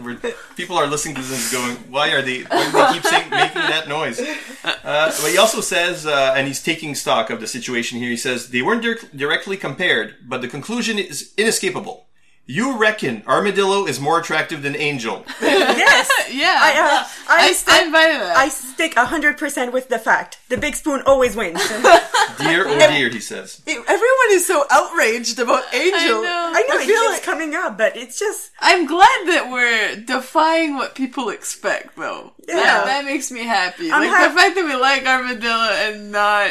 [SPEAKER 3] We're- people are listening to this and going, "Why are they? Why do they keep saying, making that noise?" Uh, but he also says, uh, and he's taking stock of the situation here. He says they weren't dir- directly compared, but the conclusion is inescapable. You reckon armadillo is more attractive than angel?
[SPEAKER 10] yes.
[SPEAKER 19] Yeah.
[SPEAKER 10] I, uh, I, stand
[SPEAKER 19] by that.
[SPEAKER 10] I stick 100% with the fact. The big spoon always wins.
[SPEAKER 3] Dear, oh dear, he says.
[SPEAKER 10] Everyone is so outraged about
[SPEAKER 19] Angel.
[SPEAKER 10] I know, I know
[SPEAKER 19] I
[SPEAKER 10] it
[SPEAKER 19] feel
[SPEAKER 10] keeps
[SPEAKER 19] like-
[SPEAKER 10] coming up, but it's just.
[SPEAKER 19] I'm glad that we're defying what people expect, though.
[SPEAKER 10] Yeah.
[SPEAKER 19] That, that makes me happy.
[SPEAKER 10] I'm
[SPEAKER 19] like,
[SPEAKER 10] hap-
[SPEAKER 19] the fact that we like Armadillo and not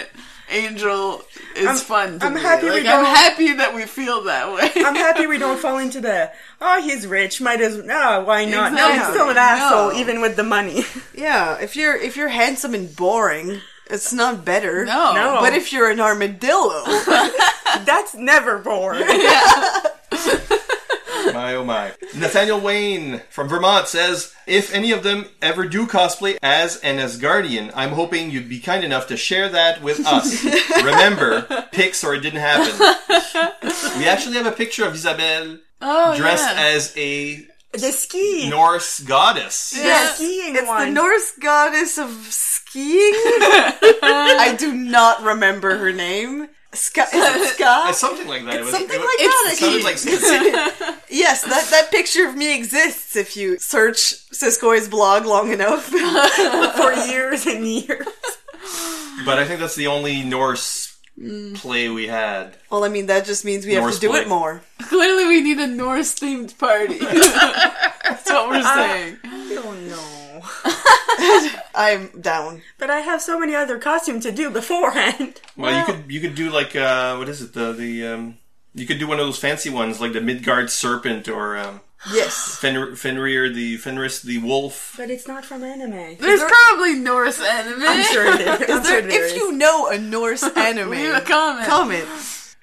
[SPEAKER 19] Angel is
[SPEAKER 10] I'm-
[SPEAKER 19] fun to
[SPEAKER 10] I'm
[SPEAKER 19] me.
[SPEAKER 10] happy we
[SPEAKER 19] Like, I'm
[SPEAKER 10] don't-
[SPEAKER 19] happy that we feel that way.
[SPEAKER 10] I'm happy we don't fall into the oh he's rich might as no why not no he's
[SPEAKER 4] Exactly.
[SPEAKER 10] still an asshole
[SPEAKER 4] No.
[SPEAKER 10] even with the money
[SPEAKER 4] Yeah, if you're if you're handsome and boring, it's not better.
[SPEAKER 10] No. No.
[SPEAKER 4] But if you're an armadillo,
[SPEAKER 10] that's never boring.
[SPEAKER 3] My oh my. Nathaniel Wayne from Vermont says, if any of them ever do cosplay as an Asgardian, I'm hoping you'd be kind enough to share that with us. Remember, pics or it didn't happen. We actually have a picture of Isabelle
[SPEAKER 19] Oh,
[SPEAKER 3] dressed
[SPEAKER 19] yeah.
[SPEAKER 3] as a
[SPEAKER 10] the ski
[SPEAKER 3] Norse goddess.
[SPEAKER 4] yes, it's the Norse goddess of skiing. I do not remember her name. Ska, is it Ska?
[SPEAKER 3] It's something like that.
[SPEAKER 4] It's
[SPEAKER 3] it was,
[SPEAKER 4] something
[SPEAKER 3] it,
[SPEAKER 4] like
[SPEAKER 3] it
[SPEAKER 4] that.
[SPEAKER 3] sounded like ski.
[SPEAKER 4] yes, that, that picture of me exists if you search Siskoy's blog long enough for
[SPEAKER 10] years and years.
[SPEAKER 3] But I think that's the only Norse
[SPEAKER 4] Mm.
[SPEAKER 3] play we had.
[SPEAKER 4] Well, I mean that just means we
[SPEAKER 3] Norse
[SPEAKER 4] have to do
[SPEAKER 3] play.
[SPEAKER 4] it more.
[SPEAKER 19] Clearly, we need a Norse themed party. That's what
[SPEAKER 10] Uh,
[SPEAKER 19] we're saying.
[SPEAKER 10] I don't know.
[SPEAKER 4] I'm down.
[SPEAKER 10] But I have so many other costumes to do beforehand.
[SPEAKER 3] Well, you could you could do like uh, what is it the the um, you could do one of those fancy ones like the Midgard serpent or um,
[SPEAKER 4] yes
[SPEAKER 3] Fen- Fenrir the Fenris the wolf.
[SPEAKER 10] But it's not from anime.
[SPEAKER 19] There's probably Norse anime.
[SPEAKER 10] I'm sure it is. I'm
[SPEAKER 4] Is there-
[SPEAKER 10] sure there
[SPEAKER 4] if
[SPEAKER 10] is.
[SPEAKER 4] you know a Norse anime,
[SPEAKER 19] Leave a comment.
[SPEAKER 4] Comment.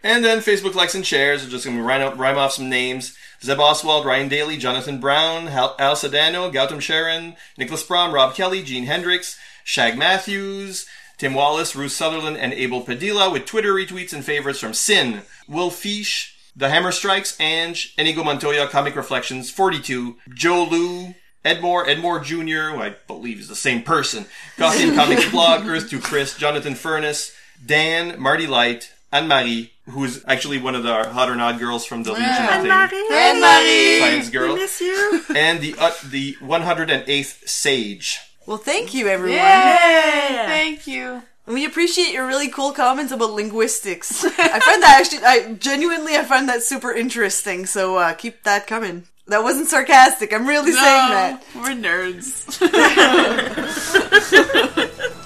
[SPEAKER 3] And then Facebook likes and shares. We're just going to rhyme, up- rhyme off some names. Zeb Oswald, Ryan Daly, Jonathan Brown, Hal, Al Sedano, Gautam Sharon, Nicholas Brom, Rob Kelly, Gene Hendricks, Shag Matthews, Tim Wallace, Ruth Sutherland, and Abel Padilla with Twitter retweets and favorites from Sin, Will Fish, The Hammer Strikes, Ange, Enigo Montoya, Comic Reflections, 42, Joe Lou, Edmore, Edmore Jr., who I believe is the same person, Costume Comics Blog, Earth to Chris, Jonathan Furness, Dan, Marty Light, Anne Marie, who is actually one of the Hot or Not girls from the Legion thing.
[SPEAKER 4] Anne-Marie!
[SPEAKER 3] Science girl.
[SPEAKER 4] Ah, We miss you.
[SPEAKER 3] and the uh, the 108th Sage.
[SPEAKER 4] Well, thank you, everyone.
[SPEAKER 3] Yay!
[SPEAKER 4] Thank you. We appreciate your really cool comments about linguistics. I find that actually, I genuinely, I find that super interesting. So uh, keep that coming. That wasn't sarcastic. I'm really
[SPEAKER 19] No,
[SPEAKER 4] saying that.
[SPEAKER 19] We're nerds.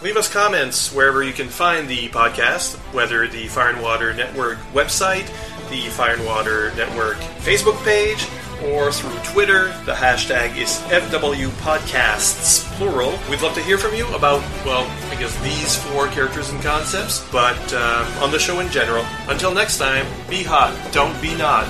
[SPEAKER 15] Leave us comments wherever you can find the podcast, whether the Fire and Water Network website, the Fire and Water Network Facebook page, or through Twitter. The hashtag is FWPodcasts, plural. We'd love to hear from you about, well, I guess these four characters and concepts, but um, on the show in general. Until next time, be hot, don't be not.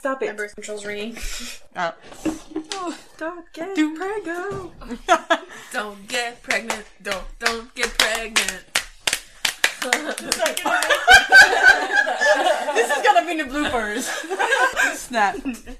[SPEAKER 10] Stop it.
[SPEAKER 20] My birth control's ringing.
[SPEAKER 21] Oh.
[SPEAKER 10] Don't get
[SPEAKER 21] Do-
[SPEAKER 10] prego.
[SPEAKER 8] Don't get pregnant. Don't don't get pregnant.
[SPEAKER 21] this is gonna be in the bloopers. Snap.